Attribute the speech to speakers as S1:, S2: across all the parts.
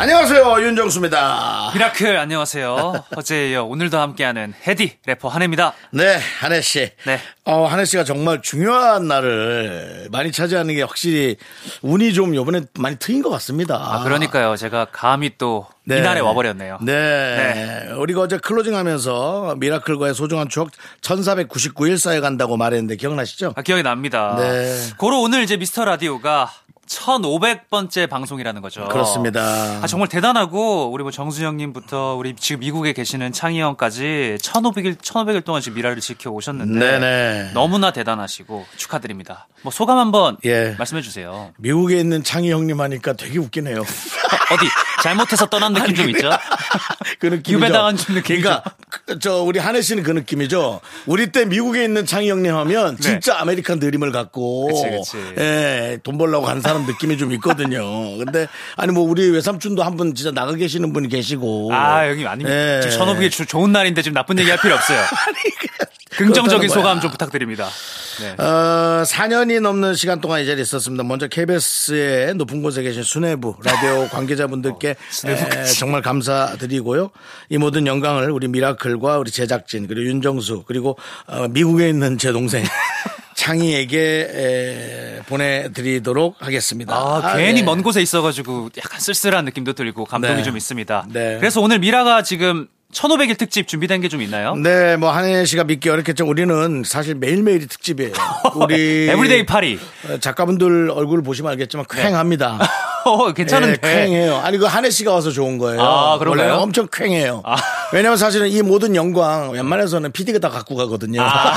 S1: 안녕하세요 윤정수입니다.
S2: 미라클 안녕하세요. 어제에 이어 오늘도 함께하는 헤디 래퍼 한혜입니다.
S1: 네 한혜 씨.
S2: 네.
S1: 어 한혜 씨가 정말 중요한 날을 많이 차지하는 게 확실히 운이 좀 요번에 많이 트인 것 같습니다.
S2: 아, 그러니까요. 제가 감히 또
S1: 네.
S2: 이날에 와버렸네요.
S1: 네. 우리가 어제 클로징 하면서 미라클과의 소중한 추억 1499일 쌓여 간다고 말했는데 기억나시죠?
S2: 아, 기억이 납니다.
S1: 네.
S2: 고로 오늘 이제 미스터 라디오가 1500번째 방송이라는 거죠.
S1: 그렇습니다.
S2: 아, 정말 대단하고, 우리 뭐 정수영님부터 우리 지금 미국에 계시는 창희 형까지 1500일, 1500일 동안 지금 미라를 지켜오셨는데.
S1: 네네.
S2: 너무나 대단하시고 축하드립니다. 뭐 소감 한번
S1: 예.
S2: 말씀해주세요.
S1: 미국에 있는 창희 형님 하니까 되게 웃기네요.
S2: 어디 잘못해서 떠난 느낌 좀 있죠?
S1: 그 느낌이죠.
S2: 유배당한 좀 느낌이죠.
S1: 그러니까 그, 저 우리 한혜 씨는 그 느낌이죠. 우리 때 미국에 있는 창희 형님 하면
S2: 네.
S1: 진짜 아메리칸 드림을 갖고
S2: 그치, 그치.
S1: 예, 돈 벌려고 간 사람 느낌이 좀 있거든요. 근데 아니 뭐 우리 외삼촌도 한 분 진짜 나가 계시는 분이 계시고
S2: 아, 여기 아닙니다.
S1: 뭐. 예.
S2: 지금 전업이 좋은 날인데 지금 나쁜 얘기 할 필요 없어요. 긍정적인
S1: 그렇다는
S2: 소감
S1: 거야.
S2: 좀 부탁드립니다. 네.
S1: 어, 4년이 넘는 시간 동안 이 자리에 있었습니다. 먼저 KBS의 높은 곳에 계신 수뇌부 라디오
S2: 어,
S1: 관계자분들께 에, 정말 감사드리고요. 이 모든 영광을 우리 미라클과 우리 제작진 그리고 윤정수 그리고 어, 미국에 있는 제 동생 창희에게 에, 보내드리도록 하겠습니다.
S2: 아, 괜히
S1: 예.
S2: 먼 곳에 있어가지고 약간 쓸쓸한 느낌도 들고 감동이
S1: 네.
S2: 좀 있습니다.
S1: 네.
S2: 그래서 오늘 미라가 지금 1500일 특집 준비된 게 좀 있나요?
S1: 네, 뭐 한혜 씨가 믿기 어렵겠지만 우리는 사실 매일매일이 특집이에요. 우리
S2: 어, 에브리데이 파리.
S1: 작가분들 얼굴 보시면 알겠지만
S2: 네.
S1: 쾌행합니다.
S2: 어, 괜찮은데.
S1: 예, 퀭해요. 아니 그 한혜 씨가 와서 좋은 거예요.
S2: 아, 그런가요?
S1: 원래는 엄청 퀭해요.
S2: 아.
S1: 왜냐면 사실은 이 모든 영광 웬만해서는 PD가 다 갖고 가거든요.
S2: 아.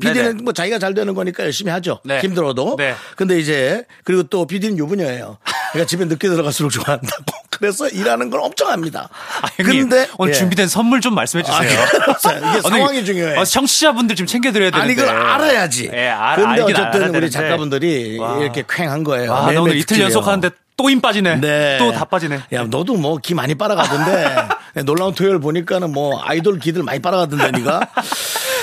S2: 네네.
S1: PD는 뭐 자기가 잘 되는 거니까 열심히 하죠.
S2: 네.
S1: 힘들어도.
S2: 네.
S1: 근데 이제 그리고 또 PD는 유부녀예요. 그러니까 집에 늦게 들어갈수록 좋아한다고. 그래서 일하는 걸 엄청 합니다.
S2: 아, 형님, 오늘
S1: 예.
S2: 준비된 선물 좀 말씀해 주세요.
S1: 아, 그렇죠. 이게
S2: 오늘
S1: 상황이 중요해.
S2: 어, 청취자분들 지금 챙겨드려야 되는데.
S1: 아니 그걸 알아야지.
S2: 예, 알,
S1: 근데
S2: 알긴 알아야
S1: 어쨌든
S2: 되는데.
S1: 우리 작가분들이
S2: 와.
S1: 이렇게 퀭한 거예요.
S2: 아, 나
S1: 매일매일
S2: 오늘 이틀
S1: 특집이에요.
S2: 연속 하는데 또 힘 빠지네.
S1: 네.
S2: 또 다 빠지네.
S1: 야, 너도 뭐 기 많이 빨아가던데. 놀라운 토요일 보니까는 뭐 아이돌 기들 많이 빨아가던데, 니가.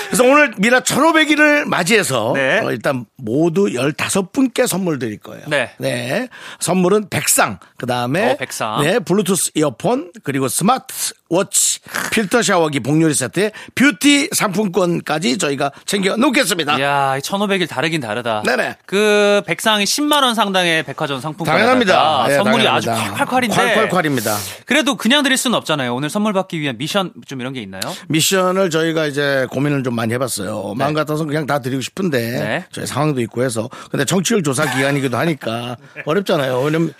S1: 그래서 오늘 미라 1500일을 맞이해서
S2: 네.
S1: 어, 일단 모두 15분께 선물 드릴 거예요.
S2: 네.
S1: 선물은 백상, 그 다음에
S2: 어, 백상.
S1: 네, 블루투스 이어폰, 그리고 스마트 워치, 필터 샤워기 복요리 세트에 뷰티 상품권까지 저희가 챙겨 놓겠습니다.
S2: 이야, 1500일 다르긴 다르다.
S1: 네네.
S2: 그 백상이 10만원 상당의 백화점 상품권.
S1: 당연합니다. 예,
S2: 선물이
S1: 당연합니다.
S2: 아주 콸콸콸인데.
S1: 콸콸콸입니다.
S2: 그래도 그냥 드릴 수는 없잖아요. 오늘 선물 받기 위한 미션 좀 이런 게 있나요?
S1: 미션을 저희가 이제 고민을 좀 많이 해봤어요. 마음 같아서 그냥 다 드리고 싶은데
S2: 네.
S1: 저희 상황도 있고 해서 근데 정치율 조사 기간이기도 하니까 어렵잖아요. 왜냐면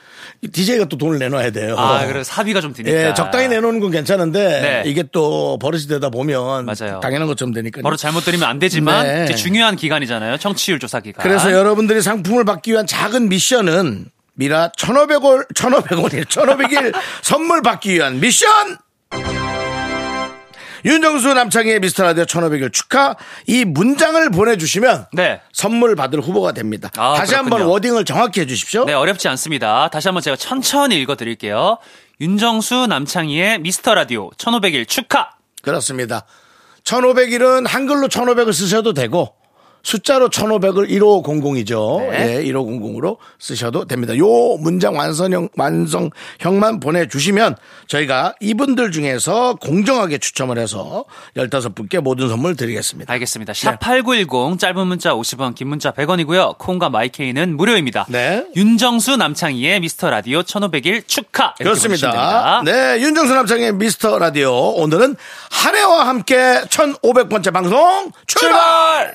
S1: DJ가 또 돈을 내놔야
S2: 네.
S1: 돼요.
S2: 아, 그래 사비가 좀 드니까.
S1: 어. 예, 적당히 내놓는 건 괜찮은데
S2: 네.
S1: 이게 또 버릇이 되다 보면
S2: 맞아요.
S1: 당연한 것처럼 되니까.
S2: 바로 잘못 드리면 안 되지만
S1: 네.
S2: 이제 중요한 기간이잖아요. 청취율 조사 기간.
S1: 그래서 여러분들이 상품을 받기 위한 작은 미션은 미라 1,500원, 1,500원이 1,500일 선물 받기 위한 미션! 윤정수 남창희의 미스터라디오 1,500일 축하 이 문장을 보내주시면
S2: 네.
S1: 선물 받을 후보가 됩니다.
S2: 아,
S1: 다시
S2: 그렇군요.
S1: 한번 워딩을 정확히 해주십시오.
S2: 네, 어렵지 않습니다. 다시 한번 제가 천천히 읽어 드릴게요. 윤정수 남창희의 미스터 라디오 1500일 축하.
S1: 그렇습니다. 1,500일은 한글로 1,500을 쓰셔도 되고 숫자로 1,500을 1500이죠.
S2: 네.
S1: 예, 1500으로 쓰셔도 됩니다. 요 문장 완성형, 완성형만 보내주시면 저희가 이분들 중에서 공정하게 추첨을 해서 15분께 모든 선물 드리겠습니다.
S2: 알겠습니다.
S1: 네.
S2: 샵8910 짧은 문자 50원, 긴 문자 100원이고요. 콩과 마이케이는 무료입니다.
S1: 네.
S2: 윤정수 남창희의 미스터 라디오 1500일 축하. 이렇게
S1: 그렇습니다.
S2: 보내주시면 됩니다.
S1: 네, 윤정수 남창의 미스터 라디오. 오늘은 한혜와 함께 1500번째 방송 출발!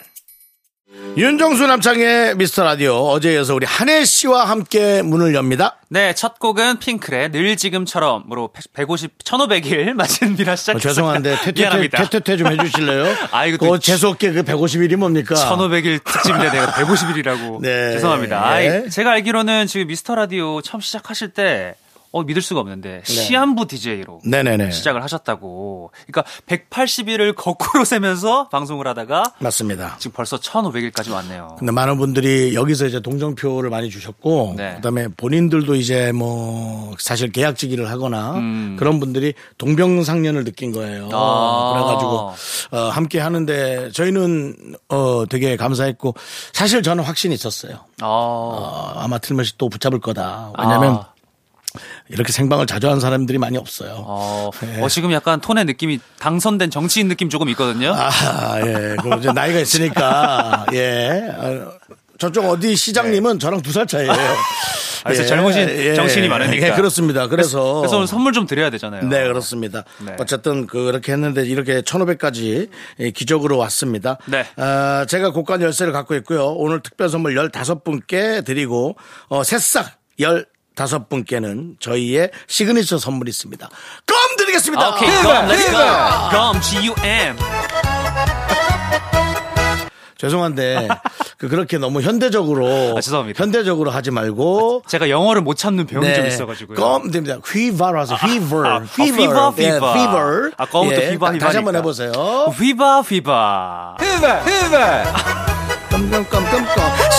S1: 윤정수 남창의 미스터 라디오. 어제에 이어서 우리 한혜 씨와 함께 문을 엽니다. 어,
S2: 네, 첫 곡은 핑클의 늘 지금처럼으로 150 1500일 맞은 미라 시작.
S1: 어, 죄송한데 퇴퇴퇴
S2: 미안합니다.
S1: 퇴퇴퇴 좀 해주실래요?
S2: 아, 이거 또
S1: 그거 재수없게 그 150일이 뭡니까?
S2: 1500일 특집인데 내가 150일이라고.
S1: 네.
S2: 죄송합니다.
S1: 네.
S2: 아이, 제가 알기로는 지금 미스터 라디오 처음 시작하실 때 어, 믿을 수가 없는데 시한부 DJ로
S1: 네. 네네네.
S2: 시작을 하셨다고. 그러니까 180일을 거꾸로 세면서 방송을 하다가
S1: 맞습니다.
S2: 지금 벌써 1,500일까지 왔네요.
S1: 근데 많은 분들이 여기서 이제 동정표를 많이 주셨고
S2: 네.
S1: 그다음에 본인들도 이제 뭐 사실 계약직 일을 하거나 그런 분들이 동병상련을 느낀 거예요.
S2: 음. 아.
S1: 어, 그래가지고 어, 함께 하는데 저희는 어, 되게 감사했고 사실 저는 확신이 있었어요.
S2: 아,
S1: 어, 아마 틀면서 또 붙잡을 거다. 왜냐하면
S2: 아.
S1: 이렇게 생방을 자주 하는 사람들이 많이 없어요.
S2: 어,
S1: 예.
S2: 어, 지금 약간 톤의 느낌이 당선된 정치인 느낌 조금 있거든요.
S1: 아, 예. 그럼 이제 나이가 있으니까, 예. 아, 저쪽 어디 시장님은 저랑 두 살 차이예요
S2: 아, 그래서 젊으신 정신이 많으니까.
S1: 예, 그렇습니다. 그래서.
S2: 그래서 오늘 선물 좀 드려야 되잖아요.
S1: 네, 그렇습니다.
S2: 네.
S1: 어쨌든 그렇게 했는데 이렇게 1,500까지 기적으로 왔습니다.
S2: 네.
S1: 아, 제가 고간 열쇠를 갖고 있고요. 오늘 특별 선물 15분께 드리고 어, 새싹 15분께는 저희의 시그니처 선물이 있습니다. 껌 드리겠습니다.
S2: 아, 오케이, 그럼 렛츠 고. 그럼 GUM.
S1: 죄송한데 그 그렇게 너무 현대적으로
S2: 아, 죄송합니다. 아,
S1: 현대적으로 하지 말고
S2: 제가 영어를 못 참는 병이 좀 있어가지고요.
S1: 껌 됩니다. 휘바라서 휘버,
S2: 아,
S1: 휘버,
S2: 휘버,
S1: 예,
S2: 휘버.
S1: 휘버.
S2: 아, 껌부터
S1: 예,
S2: 휘바,
S1: 다- 다시 한번
S2: 휘바니까.
S1: 해보세요.
S2: 휘바 휘바.
S1: 껌껌껌껌껌,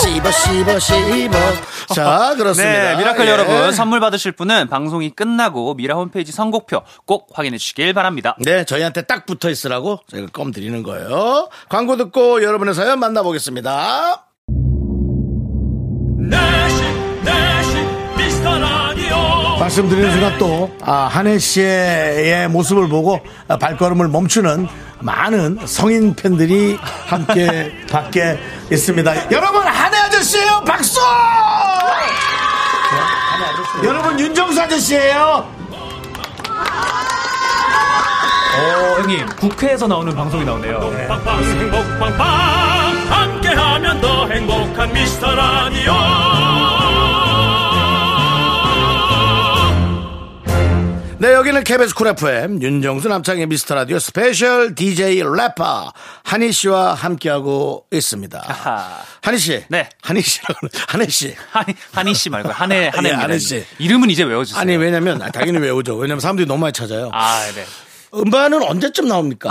S1: 씹어, 씹어, 씹어. 자, 그렇습니다.
S2: 네, 미라클
S1: 예.
S2: 여러분 선물 받으실 분은 방송이 끝나고 미라 홈페이지 선곡표 꼭 확인해 주시길 바랍니다.
S1: 네, 저희한테 딱 붙어 있으라고 저희가 껌 드리는 거예요. 광고 듣고 여러분의 사연 만나보겠습니다.
S3: 내식 내식 미스터 라디오
S1: 말씀드리는 순간 또 아, 한혜 씨의 모습을 보고 아, 발걸음을 멈추는 많은 성인 팬들이 함께 밖에 있습니다. 여러분 한혜 아저씨예요. 박수! 여러분 윤정수 아저씨예요.
S4: 어, 형님 국회에서 나오는 방송이 나오네요.
S3: 빵빵 행복 빵빵 함께하면 더 행복한 미스터 라디오
S1: 네, 여기는 KBS 쿨 FM 윤정수 남창의 미스터 라디오 스페셜 DJ 래퍼 한희 씨와 함께하고 있습니다.
S2: 아하.
S1: 한희 씨.
S2: 네.
S1: 한희 씨라고 한혜 씨.
S2: 한희 한희 씨 말고 한혜
S1: 예,
S2: 한혜입니다.
S1: 한혜 씨.
S2: 네, 이름은 이제 외워주세요.
S1: 아니 왜냐면 아, 당연히 외우죠. 왜냐면 사람들이 너무 많이 찾아요.
S2: 아, 네.
S1: 음반은 언제쯤 나옵니까?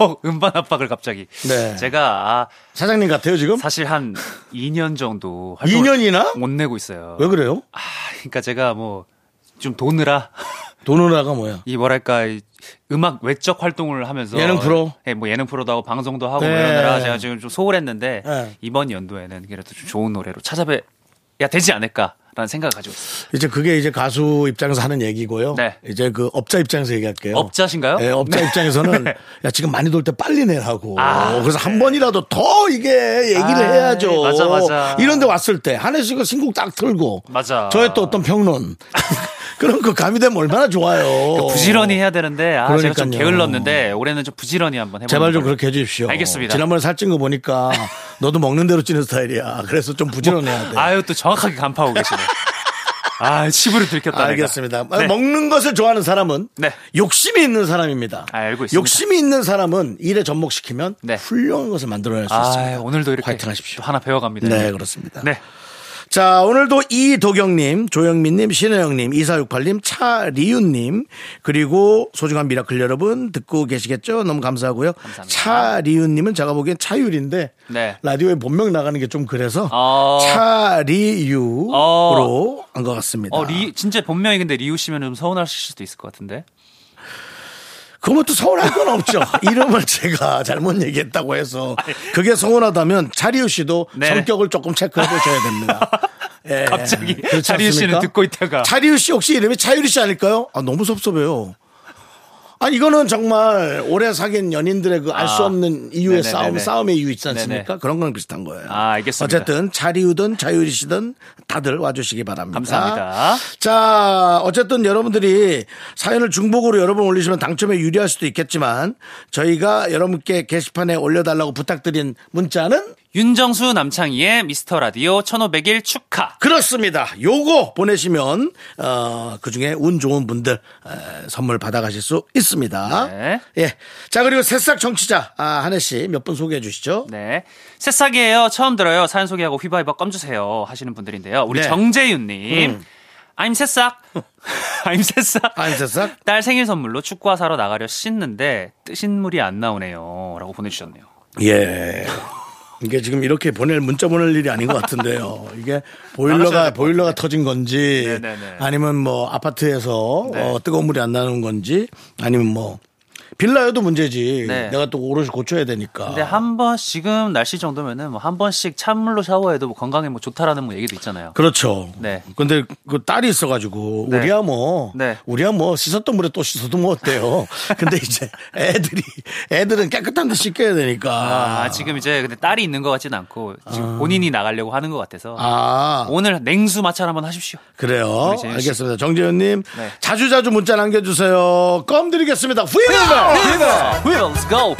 S2: 어, 음반 압박을 갑자기.
S1: 네.
S2: 제가 아,
S1: 사장님 같아요 지금?
S2: 사실 한 2년 정도 활동을
S1: 2년이나?
S2: 못 내고 있어요.
S1: 왜 그래요?
S2: 아, 그러니까 제가 뭐 좀 도느라
S1: 도누나가 뭐야?
S2: 이 뭐랄까 이 음악 외적 활동을 하면서
S1: 예능 프로?
S2: 예, 뭐 예능 프로도 하고 방송도 하고 뭐
S1: 네.
S2: 이러느라 제가 지금 좀 소홀했는데
S1: 네.
S2: 이번 연도에는 그래도 좀 좋은 노래로 찾아뵈야 되지 않을까라는 생각을 가지고 있어요.
S1: 이제 그게 이제 가수 입장에서 하는 얘기고요.
S2: 네.
S1: 이제 그 업자 입장에서 얘기할게요.
S2: 업자신가요? 네.
S1: 예, 업자 입장에서는 야 지금 많이 돌 때 빨리 내라고.
S2: 아,
S1: 그래서 한 번이라도 더 이게 얘기를
S2: 아,
S1: 해야죠.
S2: 맞아, 맞아.
S1: 이런데 왔을 때 한혜 씨가 신곡 딱 틀고
S2: 맞아.
S1: 저의 또 어떤 평론 그런 거 가미되면 얼마나 좋아요.
S2: 그 부지런히 해야 되는데 아, 제가 좀
S1: 그러니까요.
S2: 게을렀는데 올해는 좀 부지런히 한번 해보는
S1: 제발 좀
S2: 걸로.
S1: 그렇게 해주십시오.
S2: 알겠습니다.
S1: 지난번에 살찐 거 보니까 너도 먹는 대로 찌는 스타일이야. 그래서 좀 부지런해야 돼.
S2: 아유 또 정확하게 간파하고 계시네. 아 치부를 들켰다.
S1: 알겠습니다. 아,
S2: 내가. 네.
S1: 먹는 것을 좋아하는 사람은
S2: 네. 아,
S1: 욕심이 있는 사람입니다.
S2: 알고 있습니다.
S1: 욕심이 있는 사람은 일에 접목시키면
S2: 네.
S1: 훌륭한 것을 만들어낼 수
S2: 아
S1: 있습니다.
S2: 오늘도 이렇게
S1: 화이팅 하십시오.
S2: 또 하나 배워갑니다.
S1: 네, 그렇습니다.
S2: 네.
S1: 자, 오늘도 이도경님, 조영민님, 신혜영님, 2468님, 차리윤님, 그리고 소중한 미라클 여러분 듣고 계시겠죠? 너무 감사하고요. 차리윤님은 제가 보기엔 차율인데,
S2: 네.
S1: 라디오에 본명 나가는 게 좀 그래서,
S2: 어.
S1: 차리유로
S2: 어.
S1: 한 것 같습니다.
S2: 어, 리, 진짜 본명이 근데 리우 씨면 좀 서운하실 수도 있을 것 같은데.
S1: 그건 또 서운할 건 없죠. 이름을 제가 잘못 얘기했다고 해서 그게 서운하다면 차리우 씨도
S2: 네.
S1: 성격을 조금 체크해 보셔야 됩니다. 예.
S2: 아, 갑자기
S1: 그렇지
S2: 차리우 씨는
S1: 않습니까?
S2: 듣고
S5: 그러니까.
S2: 있다가.
S1: 차리우 씨 혹시 이름이 차유리 씨 아닐까요? 아 너무 섭섭해요. 아 이거는 정말 오래 사귄 연인들의 그 알 수
S2: 아.
S1: 없는
S2: 네네네네.
S1: 이유의 싸움 싸움의 이유 있지 않습니까?
S2: 네네.
S1: 그런 건 비슷한 거예요.
S2: 아, 알겠습니다.
S1: 어쨌든 차리우든 차유리 씨든 다들 와주시기 바랍니다.
S2: 감사합니다.
S1: 자, 어쨌든 여러분들이 사연을 중복으로 여러 번 올리시면 당첨에 유리할 수도 있겠지만 저희가 여러분께 게시판에 올려달라고 부탁드린 문자는
S2: 윤정수 남창희의 미스터 라디오 1500일 축하.
S1: 그렇습니다. 요거 보내시면 어, 그중에 운 좋은 분들 에, 선물 받아가실 수 있습니다.
S2: 네.
S1: 예. 자 그리고 새싹 정치자 아, 한혜 씨 몇 분 소개해 주시죠.
S2: 네. 새싹이에요. 처음 들어요. 사연 소개하고 휘바휘바 껌주세요. 하시는 분들인데요. 우리
S1: 네.
S2: 정재윤님. I'm 새싹. 아임새싹.
S1: 아임새싹?
S2: 딸 생일 선물로 축구화 사러 나가려 씻는데 뜨신 물이 안 나오네요. 라고 보내주셨네요.
S1: 예. 이게 지금 이렇게 보낼 문자 보낼 일이 아닌 것 같은데요. 이게 보일러가 보일러가 터진 건지
S2: 네네네.
S1: 아니면 뭐 아파트에서
S2: 네.
S1: 어, 뜨거운 물이 안 나는 건지 아니면 뭐 빌라여도 문제지.
S2: 네.
S1: 내가 또 오롯이 고쳐야 되니까.
S2: 근데 한 번, 지금 날씨 정도면은 뭐 한 번씩 찬물로 샤워해도 뭐 건강에 뭐 좋다라는 뭐 얘기도 있잖아요.
S1: 그렇죠.
S2: 네.
S1: 근데 그 딸이 있어가지고
S2: 네.
S1: 우리야 뭐
S2: 네.
S1: 우리야 뭐 씻었던 물에 또 씻어도 뭐 어때요. 근데 이제 애들이 애들은 깨끗한 데 씻겨야 되니까.
S2: 아, 지금 이제 근데 딸이 있는 것 같진 않고 지금 본인이 나가려고 하는 것 같아서
S1: 아.
S2: 오늘 냉수 마찰 한번 하십시오.
S1: 그래요.
S2: 우리 재윤 씨.
S1: 어, 알겠습니다. 정재현님
S2: 네.
S1: 자주 자주 문자 남겨주세요. 껌 드리겠습니다. 후이
S2: Let's go.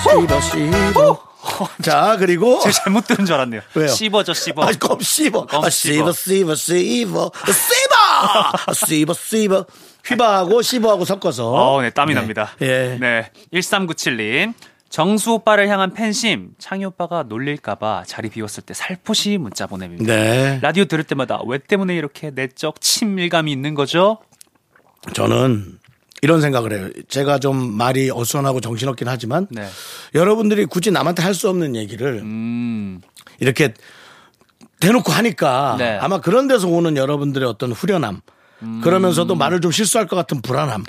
S1: 씹어 씹어 씹어. 자 그리고
S2: 제가 잘못 들은 줄 알았네요.
S1: 왜요?
S2: 씹어져 씹어.
S1: 아, 껌 씹어.
S2: 껌
S1: 아,
S2: 씹어.
S1: 씹어 씹어 씹어 씹어 아, 씹어 씹어 휘바하고 씹어하고 섞어서.
S2: 어, 네, 땀이 납니다.
S1: 예.
S2: 네. 1397님. 정수 오빠를 향한 팬심. 창희 오빠가 놀릴까봐 자리 비웠을 때 살포시 문자 보냅니다.
S1: 네.
S2: 라디오 들을 때마다 왜 때문에 이렇게 내적 친밀감이 있는 거죠?
S1: 저는 이런 생각을 해요. 제가 좀 말이 어수선하고 정신없긴 하지만
S2: 네.
S1: 여러분들이 굳이 남한테 할 수 없는 얘기를 이렇게 대놓고 하니까
S2: 음. 네. 음.
S1: 아마 그런 데서 오는 여러분들의 어떤 후련함 그러면서도 말을 좀 실수할 것 같은 불안함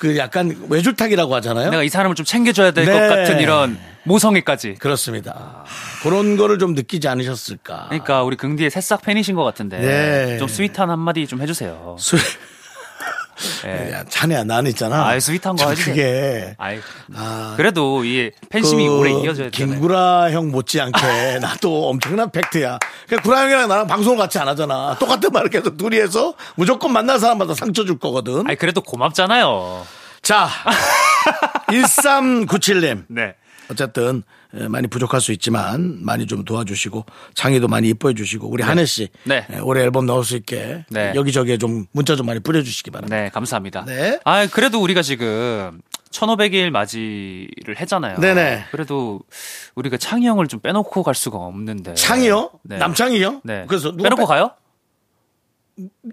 S1: 그 약간 외줄타기라고 하잖아요.
S2: 내가 이 사람을 좀 챙겨줘야 될 것
S1: 네.
S2: 같은 이런 모성애까지.
S1: 그렇습니다. 그런 거를 좀 느끼지 않으셨을까.
S2: 그러니까 우리 긍디의 새싹 팬이신 것 같은데
S1: 네.
S2: 좀 스윗한 한마디 좀 해주세요.
S1: 수-
S2: 예.
S1: 야, 찬이야, 나는 있잖아.
S2: 아이, 스윗한 거
S1: 저
S2: 해주세요.
S1: 그게
S2: 아이,
S1: 아,
S2: 그래도 이 팬심이
S1: 그
S2: 오래 이어져야 되잖아요.
S1: 김구라 형 못지않게 나도 엄청난 팩트야. 그러니까 구라 형이랑 나랑 방송을 같이 안 하잖아. 똑같은 말을 계속 둘이 해서 무조건 만난 사람마다 상처 줄 거거든.
S2: 아니 그래도 고맙잖아요.
S1: 자, 1397님.
S2: 네.
S1: 어쨌든 에, 많이 부족할 수 있지만 많이 좀 도와주시고 창의도 많이 이뻐해 주시고 우리 한혜 씨
S2: 네.
S1: 에, 올해 앨범 넣을 수 있게
S2: 네.
S1: 여기저기에 좀 문자 좀 많이 뿌려주시기 바랍니다.
S2: 네, 감사합니다.
S1: 네.
S2: 아, 그래도 우리가 지금 1500일 맞이를 했잖아요.
S1: 네네.
S2: 그래도 우리가 창희 형을 좀 빼놓고 갈 수가 없는데.
S1: 창이요?
S2: 네.
S1: 남창이요?
S2: 네.
S1: 그래서 누가
S2: 빼놓고
S1: 빼-
S2: 가요?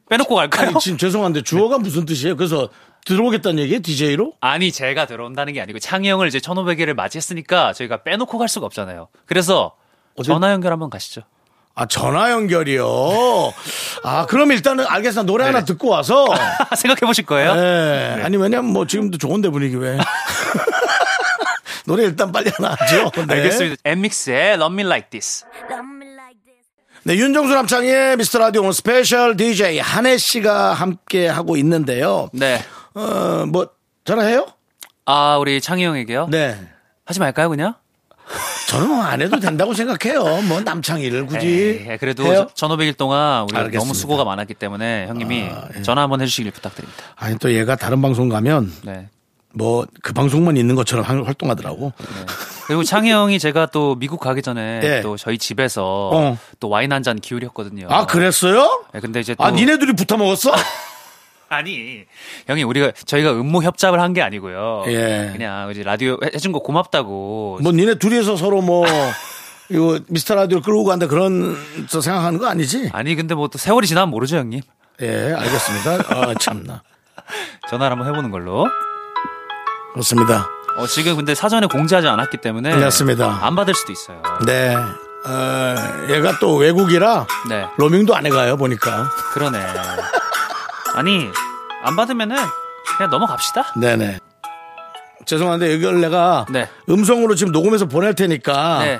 S2: 빼놓고 갈까요?
S1: 아니, 지금 죄송한데 주어가 무슨 뜻이에요? 그래서 들어오겠다는 얘기예요? DJ로?
S2: 아니 제가 들어온다는 게 아니고 창희 형을 이제 1500일을 맞이했으니까 저희가 빼놓고 갈 수가 없잖아요. 그래서 전화 연결 한번 가시죠.
S1: 아 전화 연결이요. 아 그럼 일단은 알겠어 노래 하나 듣고 와서
S2: 생각해 보실 거예요?
S1: 예. 아니 왜냐면 뭐 지금도 좋은데 분위기 왜 노래 일단 빨리 하나 하죠. 네.
S2: 알겠습니다. 엠믹스의 Love Me Like This.
S6: Love me like this.
S1: 네, 윤정수 남창의 미스터 라디오 오늘 스페셜 DJ 한혜 씨가 함께 하고 있는데요.
S2: 네.
S1: 어, 뭐 전화해요?
S2: 아 우리 창희 형에게요?
S1: 네.
S2: 하지 말까요 그냥?
S1: 저는 뭐안 해도 된다고 생각해요. 뭐 남창희를 굳이.
S2: 에이, 네, 예, 그래도
S1: 해요?
S2: 1,500일 동안 우리가
S1: 알겠습니다.
S2: 너무 수고가 많았기 때문에 형님이
S1: 아, 예.
S2: 전화 한번 해주시길 부탁드립니다.
S1: 아니 또 얘가 다른 방송 가면
S2: 네.
S1: 뭐 그 방송만 있는 것처럼 하- 활동하더라고.
S2: 그리고 창희 형이 제가 또 미국 가기 전에
S1: 예.
S2: 또 저희 집에서
S1: 어.
S2: 또 와인 한 잔 기울였거든요.
S1: 아 그랬어요?
S2: 네, 근데 이제 또 아,
S1: 아 니네 둘이 붙어 먹었어?
S2: 아니 형이 우리가 저희가 음모 협잡을 한 게 아니고요.
S1: 예.
S2: 그냥 우리 라디오 해- 해준 거 고맙다고.
S1: 뭐 니네 둘이서 서로 뭐 이거 미스터 라디오 를 끌고 간다 그런 저 생각하는 거 아니지?
S2: 아니 근데 뭐 또 세월이 지나면 모르죠 형님.
S1: 예 알겠습니다. 아 참나
S2: 전화를 한번 해보는 걸로.
S1: 그렇습니다.
S2: 어, 지금 근데 사전에 공지하지 않았기 때문에
S1: 그렇습니다.
S2: 안 받을 수도 있어요.
S1: 네. 어, 얘가 또 외국이라
S2: 네.
S1: 로밍도 안 해가요 보니까.
S2: 그러네. 아니 안 받으면은 그냥 넘어갑시다.
S1: 네네. 죄송한데 이걸 내가
S2: 네.
S1: 음성으로 지금 녹음해서 보낼 테니까.
S2: 네.
S1: 네.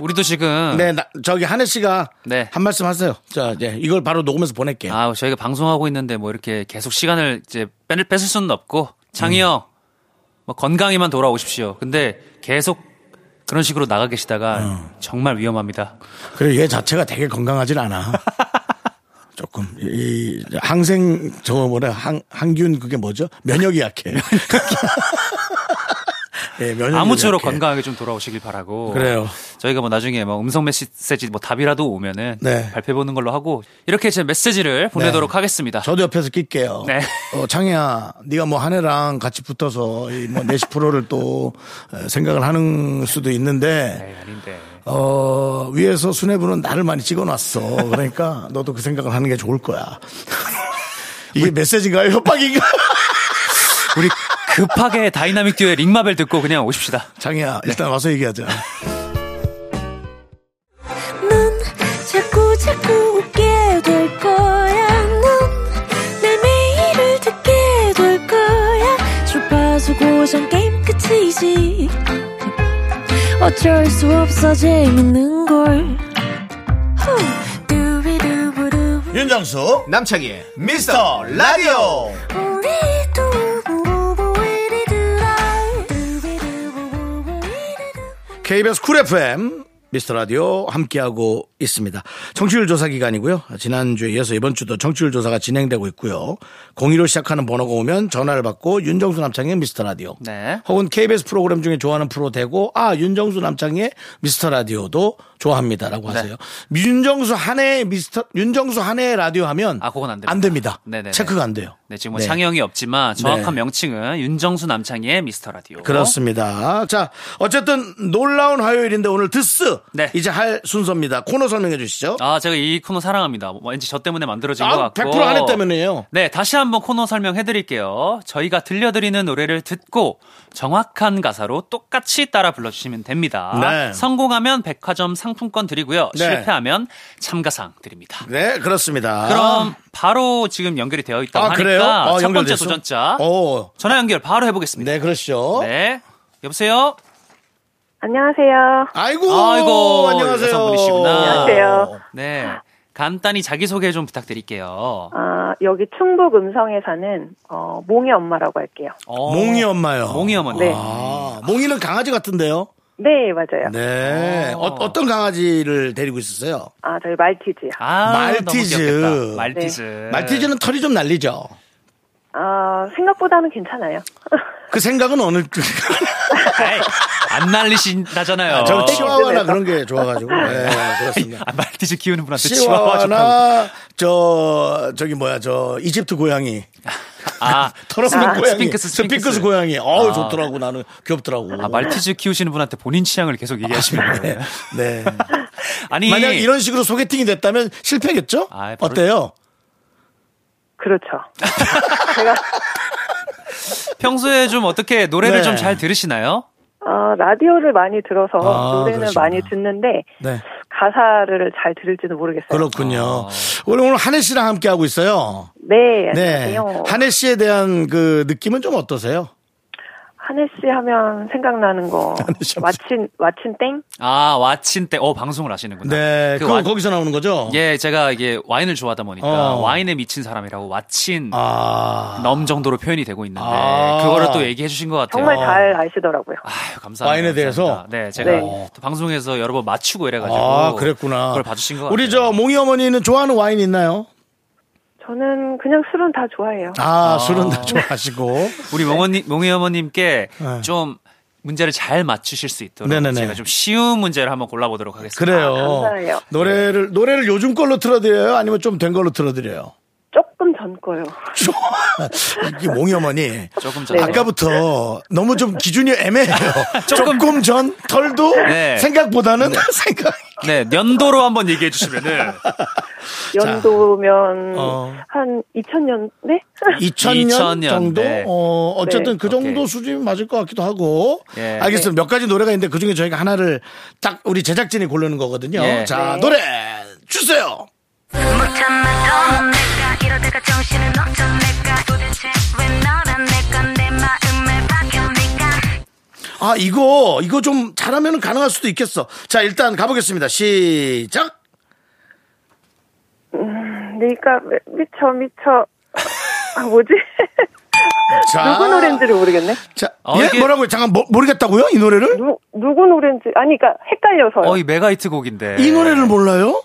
S2: 우리도 지금
S1: 나- 저기 한혜 씨가
S2: 네.
S1: 한 말씀 하세요. 자, 이제 이걸 바로 녹음해서 보낼게요.
S2: 아 저희가 방송하고 있는데 뭐 이렇게 계속 시간을 이제 뺏- 뺏을 수는 없고 창희 형
S1: 음.
S2: 뭐 건강히만 돌아오십시오. 근데 계속 그런 식으로 나가 계시다가
S1: 어.
S2: 정말 위험합니다.
S1: 그리고 얘 자체가 되게 건강하진 않아. 조금 이 항생 저거 뭐래 항 항균 그게 뭐죠? 면역이 약해. 예, 면역이
S2: 아무쪼록
S1: 약해.
S2: 건강하게 좀 돌아오시길 바라고.
S1: 그래요.
S2: 저희가 뭐 나중에 뭐 음성 메시지 뭐 답이라도 오면은
S1: 네.
S2: 발표해 보는 걸로 하고 이렇게 제 메시지를 보내도록
S1: 네.
S2: 하겠습니다.
S1: 저도 옆에서 낄게요.
S2: 네.
S1: 어, 창희야, 네가 뭐 한해랑 같이 뭐 붙어서 이뭐 내시 프로를 또 에, 생각을 하는 수도 있는데
S2: 네. 에이, 아닌데.
S1: 어, 위에서 수뇌부는 나를 많이 찍어 놨어. 그러니까 너도 그 생각을 하는 게 좋을 거야. 이게 메시지인가요? 협박인가?
S2: 우리 급하게 다이나믹 듀오의 링마벨 듣고 그냥 오십시다.
S1: 장이야, 일단 와서 얘기하자.
S7: 넌 자꾸 자꾸 웃게 될 거야. 넌내 매일을 듣게 될 거야. 주파수 고정 게임 끝이지. 어쩔 수 없어 재밌는 걸. 후. 두비두부두.
S8: 윤정수 남창희의 미스터 라디오
S7: 우리 두부부부 이리들아. 두비두부부부 이리들아.
S1: KBS 쿨 FM 미스터 라디오 함께하고 있습니다. 청취율 조사 기간이고요. 지난주에 이어서 이번 주도 청취율 조사가 진행되고 있고요. 02로 시작하는 번호가 오면 전화를 받고 윤정수 남창의 미스터 라디오
S2: 네.
S1: 혹은 KBS 프로그램 중에 좋아하는 프로 되고 아 윤정수 남창의 미스터 라디오도
S2: 네.
S1: 좋아합니다라고 하세요. 윤정수 한해 미스터 윤정수 한해 라디오 하면
S2: 아, 그건 안 됩니다.
S1: 안 됩니다.
S2: 네네네.
S1: 체크가 안 돼요.
S2: 네, 지금 뭐 창영이 없지만 정확한
S1: 네.
S2: 명칭은 윤정수 남창희의 미스터 라디오.
S1: 그렇습니다. 자, 어쨌든 놀라운 화요일인데 오늘 드스
S2: 네.
S1: 이제 할 순서입니다. 코너 설명해 주시죠.
S2: 아, 제가 이 코너 사랑합니다. 뭐 왠지 저 때문에 만들어진 것
S1: 아,
S2: 같고.
S1: 100%안 했다면요.
S2: 네, 다시 한번 코너 설명해 드릴게요. 저희가 들려드리는 노래를 듣고 정확한 가사로 똑같이 따라 불러주시면 됩니다.
S1: 네.
S2: 성공하면 백화점 상품권 드리고요.
S1: 네.
S2: 실패하면 참가상 드립니다.
S1: 네, 그렇습니다.
S2: 그럼 바로 지금 연결이 되어 있다고
S1: 아,
S2: 하니까
S1: 그래요? 아,
S2: 첫 번째
S1: 연결됐어?
S2: 도전자
S1: 오,
S2: 전화 연결 바로 해보겠습니다.
S1: 네, 그러시죠.
S2: 네. 여보세요?
S9: 안녕하세요.
S1: 아이고,
S2: 아이고,
S1: 안녕하세요.
S2: 여성분이시구나.
S9: 안녕하세요.
S2: 네. 간단히 자기소개 좀 부탁드릴게요.
S9: 아, 여기 충북 음성에 사는 어, 몽이 엄마라고 할게요.
S2: 어,
S1: 몽이 엄마요.
S2: 몽이 어머니.
S9: 네.
S1: 아, 몽이는 강아지 같은데요.
S9: 네, 맞아요.
S1: 네. 어, 어떤 강아지를 데리고 있었어요?
S9: 아, 저희 말티즈요.
S2: 아,
S1: 말티즈. 네.
S2: 너무 귀엽겠다. 말티즈.
S1: 말티즈는 털이 좀 날리죠.
S9: 아, 생각보다는 괜찮아요.
S1: 그 생각은 어느
S2: 에이, 안 날리신다잖아요.
S1: 저
S9: 네.
S1: 치와와나 그런 게 좋아가지고 네, 그렇습니다.
S2: 아, 말티즈 키우는 분한테 치와와 좋다고.
S1: 치와와나 저 저기 뭐야 저 이집트 고양이
S2: 아,
S1: 털어보는
S2: 아,
S1: 고양이
S2: 스핑크스, 스핑크스.
S1: 스핑크스 고양이 어우
S2: 아.
S1: 좋더라고 나는 귀엽더라고
S2: 아, 말티즈 키우시는 분한테 본인 취향을 계속 얘기하시는 거예요.
S1: 네
S2: 아니,
S1: 만약 이런 식으로 소개팅이 됐다면 실패겠죠
S2: 아이, 네, 벌-
S1: 어때요
S9: 그렇죠.
S2: 평소에 좀 어떻게 노래를
S1: 네.
S2: 좀 잘 들으시나요?
S9: 어, 라디오를 많이 들어서
S1: 아,
S9: 노래는
S1: 그러시구나.
S9: 많이 듣는데
S1: 네
S9: 가사를 잘 들을지는 모르겠어요.
S2: 아.
S1: 그렇군요 원래 오늘 한혜 씨랑 함께 하고 있어요
S9: 네,
S1: 네
S9: 안녕하세요.
S1: 한혜 씨에 대한 그 느낌은 좀 어떠세요
S9: 한혜 씨 하면 생각나는 거
S1: 씨 하면
S9: 마친 마친 땡?
S2: 아, 와친 때, 어, 방송을 하시는구나.
S1: 네
S2: 그
S1: 그거
S2: 와-
S1: 거기서 나오는 거죠
S2: 예, 제가 이게 와인을 좋아하다 보니까
S1: 어.
S2: 와인에 미친 사람이라고 와친
S1: 아
S2: 넘 정도로 표현이 되고 있는데
S1: 아.
S2: 그거를 또 얘기해 주신 것 같아요.
S9: 정말 잘 아시더라고요.
S2: 아유, 감사합니다.
S1: 와인에 대해서?
S2: 감사합니다. 네, 제가
S1: 네.
S2: 또 방송에서 여러 번 맞추고 이래가지고.
S1: 아, 그랬구나.
S2: 그걸 봐주신 것 같아요.
S1: 우리 저 몽이 어머니는 좋아하는 와인 있나요?
S9: 저는 그냥 술은 다 좋아해요.
S1: 아, 술은 다 좋아하시고.
S2: 우리 몽어님, 몽이 어머님께
S1: 네.
S2: 좀 문제를 잘 맞추실 수 있도록
S1: 네네네.
S2: 제가 좀 쉬운 문제를 한번 골라보도록 하겠습니다.
S1: 그래요.
S9: 아, 감사해요.
S1: 노래를 노래를 요즘 걸로 틀어드려요? 아니면 좀 된 걸로 틀어드려요?
S9: 조금 전 거요.
S1: 이게 몽이 어머니.
S2: 조금 전.
S1: 아까부터 너무 좀 기준이 애매해요. 조금, 전 털도
S2: 네.
S1: 생각보다는 생각.
S2: 네, 연도로 한번 얘기해 주시면은
S9: 연도면
S1: 어.
S9: 한 2000년대?
S1: 2000년,
S2: 2000년,
S1: 정도?
S2: 네.
S1: 어, 어쨌든
S9: 네.
S1: 그 정도
S2: 오케이.
S1: 수준이 맞을 것 같기도 하고.
S2: 예.
S1: 알겠습니다. 몇 가지 노래가 있는데 그 중에 저희가 하나를 딱 우리 제작진이 고르는 거거든요.
S2: 예.
S1: 자,
S9: 네.
S5: 네.
S1: 노래 주세요.
S10: 못 참아 더 내가 이러다가 정신을 놓쳐 내가 도대체 왜 너란 내가 내 마음을 박혀 네가
S1: 아, 이거, 이거 좀 잘하면 가능할 수도 있겠어. 자, 일단 가보겠습니다. 시작!
S9: 네가 왜- 음, 그러니까 미쳐 미쳐 아 뭐지
S1: 자.
S9: 누구 노래인지를 모르겠네
S1: 자,
S2: 어,
S1: 예?
S2: 이게-
S1: 뭐라고요? 잠깐, 모, 모르겠다고요? 이 노래를?
S9: 누 누구 노래인지 아니 그러니까 헷갈려서요
S2: 어이 메가히트 곡인데
S1: 이 노래를 몰라요?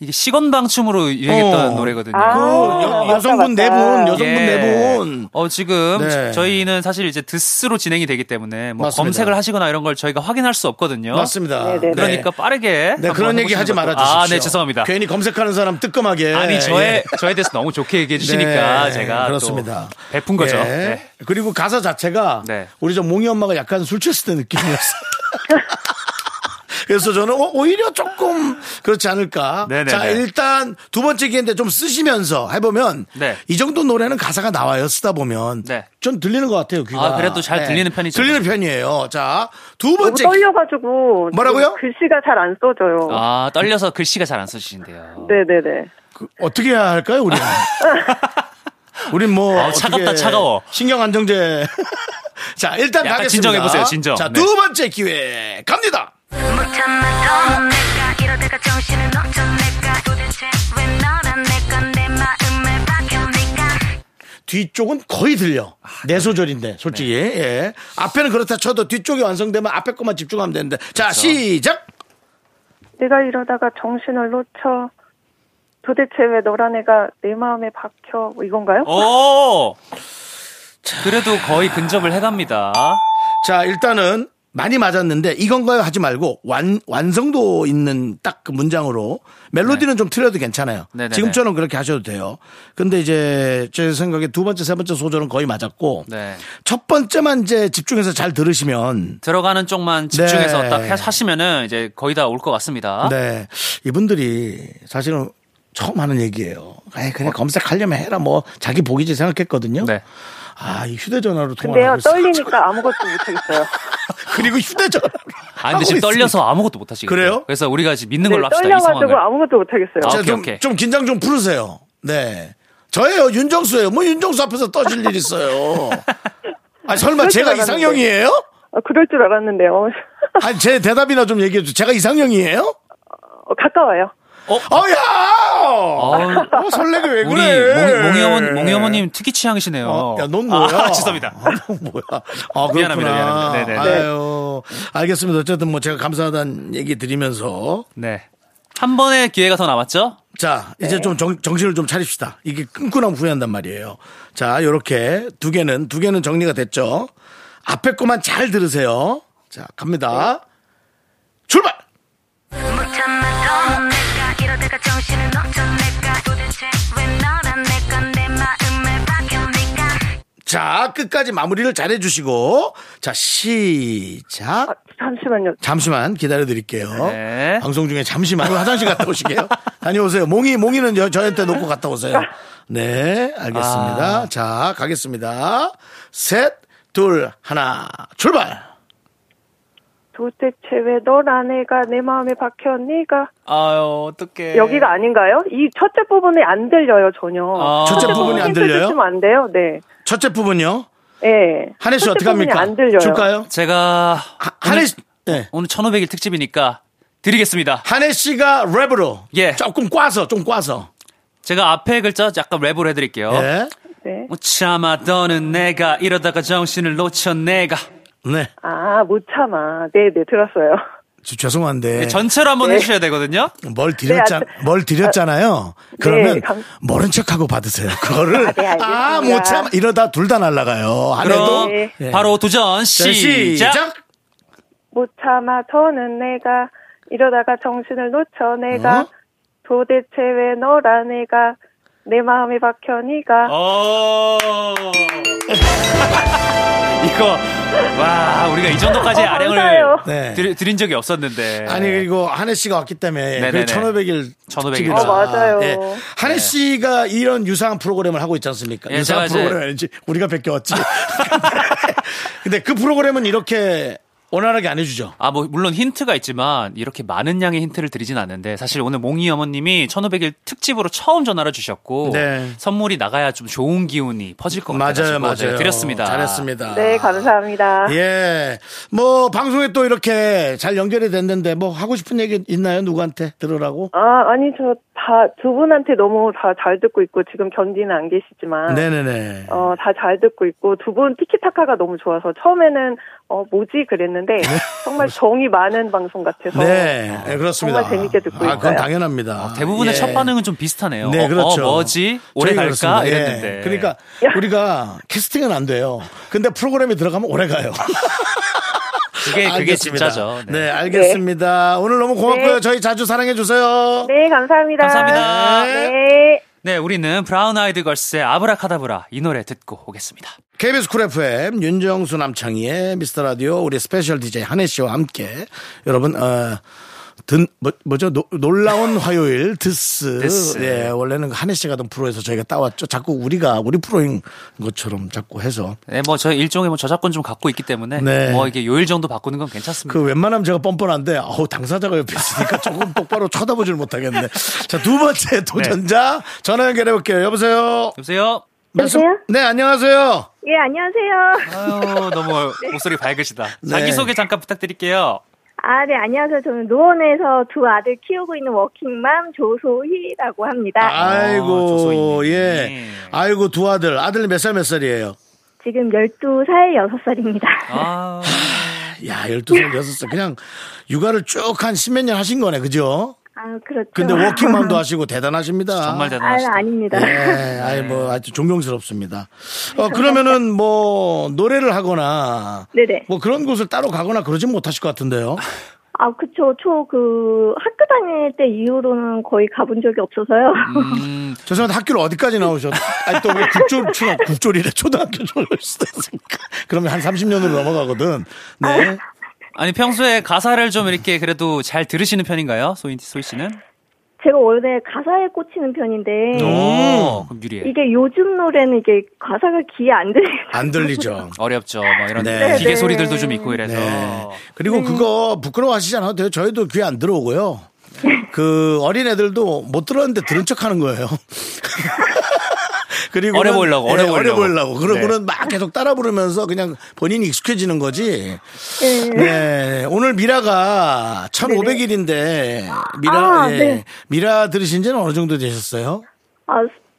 S2: 이게 시건방춤으로 유행했던
S1: 어.
S2: 노래거든요.
S9: 아,
S1: 그 여,
S9: 맞다,
S1: 여성분
S9: 맞다.
S1: 네 분, 여성분
S2: 예.
S1: 네 분.
S2: 어, 지금
S1: 네.
S2: 저희는 사실 이제 드스로 진행이 되기 때문에 뭐
S1: 맞습니다.
S2: 검색을 하시거나 이런 걸 저희가 확인할 수 없거든요.
S1: 맞습니다.
S9: 네, 네, 네.
S2: 그러니까 빠르게.
S1: 네,
S2: 한번
S1: 그런 얘기
S2: 해보시는
S1: 하지
S2: 것도-
S1: 말아 주십시오.
S2: 아, 네, 죄송합니다.
S1: 괜히 검색하는 사람 뜨끔하게.
S2: 아니, 저에,
S1: 예.
S2: 저에 대해서 너무 좋게 얘기해 주시니까
S1: 네,
S2: 제가.
S1: 그렇습니다.
S2: 또 베푼 거죠.
S1: 예.
S2: 네.
S1: 그리고 가사 자체가
S2: 네.
S1: 우리 저 몽이 엄마가 약간 술 취했을 때 느낌이었어. 그래서 저는 어, 오히려 조금 그렇지 않을까.
S2: 네네네.
S1: 자, 일단 두 번째 기회인데 좀 쓰시면서 해보면
S2: 네.
S1: 이 정도 노래는 가사가 나와요. 쓰다 보면.
S2: 네.
S1: 좀 들리는 것 같아요, 귀가. 네.
S2: 아, 그래도 잘 들리는 편이죠.
S1: 들리는 편이에요. 자, 두
S9: 너무
S1: 번째.
S9: 떨려가지고
S1: 뭐라고요?
S9: 지금 글씨가 잘 안 써져요.
S2: 아, 떨려서 글씨가 잘 안 써지신대요.
S9: 네네네.
S1: 그, 어떻게 해야 할까요, 우리는? 우린 뭐.
S2: 아우, 차갑다,
S1: 어떻게
S2: 차가워.
S1: 신경 안정제. 자, 일단
S2: 약간
S1: 가겠습니다.
S2: 진정해보세요, 진정.
S1: 자,
S2: 네.
S1: 두 번째 기회 갑니다.
S10: 못 참아도 내가 이러다가 정신을 놓쳐 내가 도대체 왜 너란 내가 내 마음을 박혀니까
S1: 뒤쪽은 거의 들려. 내 소절인데, 솔직히.
S2: 네.
S1: 예. 앞에는 그렇다 쳐도 뒤쪽이 완성되면 앞에 것만 집중하면 되는데. 자,
S2: 그렇죠.
S1: 시작!
S9: 내가 이러다가 정신을 놓쳐. 도대체 왜 너란 애가 내 마음에 박혀? 뭐 이건가요?
S1: 어.
S2: 오! 그래도 거의 근접을 해갑니다.
S1: 자, 일단은 많이 맞았는데 이건가요? 하지 말고 완, 완성도 있는 딱 그 문장으로 멜로디는 좀 틀려도 괜찮아요.
S2: 네. 네네네.
S1: 지금처럼 그렇게 하셔도 돼요. 근데 이제 제 생각에 두 번째, 세 번째 소절은 거의 맞았고
S2: 네.
S1: 첫 번째만 이제 집중해서 잘 들으시면
S2: 들어가는 쪽만 집중해서
S1: 네.
S2: 딱 하- 하시면은 이제 거의 다 올 것 같습니다.
S1: 네. 이분들이 사실은 처음 하는 얘기예요. 에이, 그냥 검색하려면 해라. 뭐 자기 복이지 생각했거든요.
S2: 네.
S1: 아, 이 휴대전화로 통화하고
S9: 근데요
S1: 있어.
S9: 떨리니까 아무것도 못하겠어요.
S1: 그리고 휴대전화.
S2: 아, 근데 지금 떨려서 아무것도 못 하시겠어요.
S1: 그래요?
S2: 그래서 우리가 지금 믿는
S9: 네,
S2: 걸로 합시다. 이 상황을.
S9: 떨려가지고 아무것도 못하겠어요.
S2: 아,
S1: 자,
S2: 오케이,
S1: 좀,
S2: 오케이.
S1: 좀 긴장 좀 풀으세요. 네. 저예요. 윤정수예요. 뭐 윤정수 앞에서 떠질 일 있어요. 아, 설마
S9: 그럴
S1: 제가
S9: 줄 알았는데.
S1: 이상형이에요?
S9: 아, 그럴 줄 알았는데요.
S1: 아니, 제 대답이나 좀 얘기해 주세요. 제가 이상형이에요?
S9: 어, 가까워요.
S1: 어, 야!
S2: 아우,
S1: 어, 설레게 왜
S2: 우리
S1: 그래?
S2: 몽이 어머님, 몽이 어머님 특이 취향이시네요.
S1: 어, 야, 넌 뭐야?
S2: 아, 죄송합니다.
S1: 아, 넌 뭐야? 아, 그렇구나.
S2: 미안합니다, 미안합니다. 네네.
S1: 아유, 알겠습니다. 어쨌든 뭐 제가 감사하다는 얘기 드리면서
S2: 네. 한 번의 기회가 더 남았죠?
S1: 자, 이제 좀 정, 정신을 좀 차립시다. 이게 끈끈하면 후회한단 말이에요. 자, 요렇게 두 개는, 두 개는 정리가 됐죠. 앞에 것만 잘 들으세요. 자, 갑니다. 출발!
S10: 못 참아도 내가 이러다가 정신을 놓쳐 내가 도대체 왜 너란 내가 내 마음을 박혀니까
S1: 자, 끝까지 마무리를 잘 해주시고. 자,
S9: 아,
S1: 시작.
S9: 잠시만요.
S1: 잠시만 기다려 드릴게요.
S2: 네.
S1: 방송 중에 잠시만 화장실 갔다 오시게요. 다녀오세요. 몽이, 몽이는 여- 저한테 놓고 갔다
S9: 아.
S1: 오세요. 네, 알겠습니다. 자, 가겠습니다. 셋, 둘, 하나, 출발!
S9: 도대체 왜 너란 애가 내 마음에 박혀? 네가
S2: 아유,
S1: 예.
S2: 어떡해.
S9: 여기가 아닌가요? 이 첫째 부분이 안 들려요 전혀.
S2: 아.
S1: 첫째
S9: 부분
S1: 부분이 안
S9: 힌트
S1: 들려요?
S9: 주시면 안 돼요. 네.
S1: 첫째 부분요.
S9: 예.
S1: 한혜 씨
S9: 첫째
S1: 어떻게
S9: 부분이
S1: 합니까?
S9: 안 들려요.
S1: 줄까요?
S2: 제가
S1: 하- 한혜 씨, 네.
S2: 오늘 1500일 특집이니까 드리겠습니다.
S1: 한혜 씨가 랩으로
S2: 예.
S1: 조금 꽈서 좀 꽈서.
S2: 제가 앞에 글자 약간 랩을 해드릴게요.
S1: 예.
S9: 네.
S2: 못 참아더는 내가 이러다가 정신을 놓쳐 내가
S1: 네.
S9: 아, 못 참아. 네, 네, 들었어요.
S1: 저- 죄송한데
S2: 네, 예, 전체로 한번 해주셔야 되거든요.
S1: 뭘 드렸잖
S9: 네,
S1: 뭘 드렸잖아요. 그러면
S9: 감-
S1: 모른 척하고 받으세요. 그거를
S9: 아, 네, 알겠습니다.
S1: 못뭐 참 이러다 둘 다 날라가요. 한혜도
S2: 그럼 네.
S9: 예.
S2: 바로 도전
S1: 자,
S2: 시작.
S1: 예. 시작.
S9: 못 참아. 더는 내가 이러다가 정신을 놓쳐 내가
S1: 어?
S9: 도대체 왜 너란 애가 내 마음에 박혀 네가
S2: 어. 이거 와 우리가 이 정도까지
S9: 어,
S2: 아량을
S9: 감사해요.
S1: 네.
S2: 드 드린 적이 없었는데.
S9: 네.
S1: 아니 그리고 한혜 씨가 왔기 때문에 그
S2: 네네네.
S1: 1500일
S2: 1500일.
S1: 특집이라.
S9: 어, 맞아요. 네.
S1: 예. 한혜 씨가 이런 유사한 프로그램을 하고 있지 않습니까?
S2: 예, 제가
S1: 유사한
S2: 이제-
S1: 프로그램 아닌지 우리가 베껴왔지. 근데 그 프로그램은 이렇게 원활하게 안 해주죠.
S2: 아, 뭐, 물론 힌트가 있지만, 이렇게 많은 양의 힌트를 드리진 않는데, 사실 오늘 몽이 어머님이 1500일 특집으로 처음 전화를 주셨고,
S1: 네.
S2: 선물이 나가야 좀 좋은 기운이 퍼질 것 같아요.
S1: 맞아요, 맞아요.
S2: 드렸습니다.
S1: 잘했습니다.
S9: 네, 감사합니다.
S1: 예. 뭐, 방송에 또 이렇게 잘 연결이 됐는데, 뭐, 하고 싶은 얘기 있나요? 누구한테 들으라고?
S9: 아, 아니 저 다 두 분한테 너무 다 잘 듣고 있고 지금 견디는 안 계시지만
S1: 네네네.
S9: 어, 다 잘 듣고 있고 두 분 티키타카가 너무 좋아서 처음에는 어, 뭐지 그랬는데 정말 정이 많은 방송 같아서
S1: 네, 예, 그렇습니다.
S9: 어, 정말 재밌게 듣고
S1: 아, 그건
S9: 있어요.
S1: 당연합니다.
S2: 대부분의
S1: 예.
S2: 첫 반응은 좀 비슷하네요.
S1: 네,
S2: 어,
S1: 그렇죠.
S2: 어, 뭐지? 오래
S1: 저희가
S2: 갈까?
S1: 그렇습니다. 예.
S2: 이랬는데.
S1: 그러니까 우리가 캐스팅은 안 돼요. 근데 프로그램에 들어가면 오래 가요.
S2: 그게, 그게
S1: 알겠습니다.
S2: 진짜죠.
S1: 네. 알겠습니다. 오늘 너무 고맙고요.
S9: 네.
S1: 저희 자주 사랑해 주세요.
S9: 네, 감사합니다.
S2: 감사합니다.
S9: 네.
S2: 네, 우리는 브라운 아이드 걸스의 아브라카다브라 이 노래 듣고 오겠습니다.
S1: KBS 쿨 FM 윤정수 남창희의 미스터 라디오 우리 스페셜 DJ 한혜 씨와 함께 여러분 어, 든 뭐, 뭐죠 노- 놀라운 화요일 드스,
S2: 드스.
S1: 예 원래는 한혜 씨가 하던 프로에서 저희가 따왔죠 자꾸 우리가 우리 프로인 것처럼 자꾸 해서
S2: 네, 뭐 저희 일종의 뭐 저작권 좀 갖고 있기 때문에
S1: 네.
S2: 뭐 이게 요일 정도 바꾸는 건 괜찮습니다.
S1: 그 웬만하면 제가 뻔뻔한데 어우 당사자가 옆에 있으니까 조금 똑바로 쳐다보질 못하겠네 자 두 번째 도전자 전화 연결해 볼게요 여보세요
S2: 네. 여보세요.
S1: 말씀-
S11: 여보세요?
S1: 네 안녕하세요
S11: 예, 안녕하세요.
S2: 아유, 너무 목소리 밝으시다.
S1: 네.
S2: 자기 소개 잠깐 부탁드릴게요.
S11: 아, 네, 안녕하세요. 저는 노원에서 두 아들 키우고 있는 워킹맘 조소희라고 합니다.
S1: 아이고
S2: 조소희님.
S1: 예. 아이고 두 아들 아들 몇 살 몇 살이에요?
S11: 지금 12살, 6살입니다.
S2: 아,
S1: 야 12살 6살 그냥 육아를 쭉 한 십몇 년 하신 거네 그죠?
S11: 아, 그렇죠.
S1: 근데 워킹맘도 하시고 대단하십니다.
S2: 정말
S11: 아,
S2: 대단하시다. 네.
S11: 아닙니다.
S1: 예, 아이 뭐 아주 존경스럽습니다. 어 그러면은 뭐 노래를 하거나
S11: 네네.
S1: 뭐 그런 곳을 따로 가거나 그러진 못하실 것 같은데요.
S11: 아, 그쵸. 초 그 학교 다닐 때 이후로는 거의 가본 적이 없어서요.
S2: 음,
S1: 죄송한데 학교를 어디까지 나오셨? 아니 또 왜 국졸 초 국졸이래 초등학교 졸업을 했으니까 그러면 한 30년으로 넘어가거든. 네.
S2: 아니 평소에 가사를 좀 이렇게 그래도 잘 들으시는 편인가요, 소희 소희 씨는?
S11: 제가 원래 가사에 꽂히는 편인데
S2: 오, 그럼
S1: 예.
S2: 유리해.
S11: 이게 요즘 노래는 이게 가사가 귀에 안 들리고
S1: 안 들리죠.
S2: 어렵죠. 뭐 이런
S1: 네.
S2: 기계
S11: 네.
S2: 소리들도 좀 있고 이래서.
S1: 네. 그리고 그거 부끄러워하시지 않아도 돼요. 저희도 귀에 안 들어오고요. 그 어린 애들도 못 들었는데 들은 척 하는 거예요. 그리고
S2: 어려 보이려고, 어려 보이려고. 네.
S1: 그러고는 막 계속 따라 부르면서 그냥 본인이 익숙해지는 거지. 네. 오늘 미라가 1,500일인데 미라
S11: 아,
S1: 예.
S11: 네.
S1: 미라 들으신 지는 어느 정도 되셨어요?
S11: 아,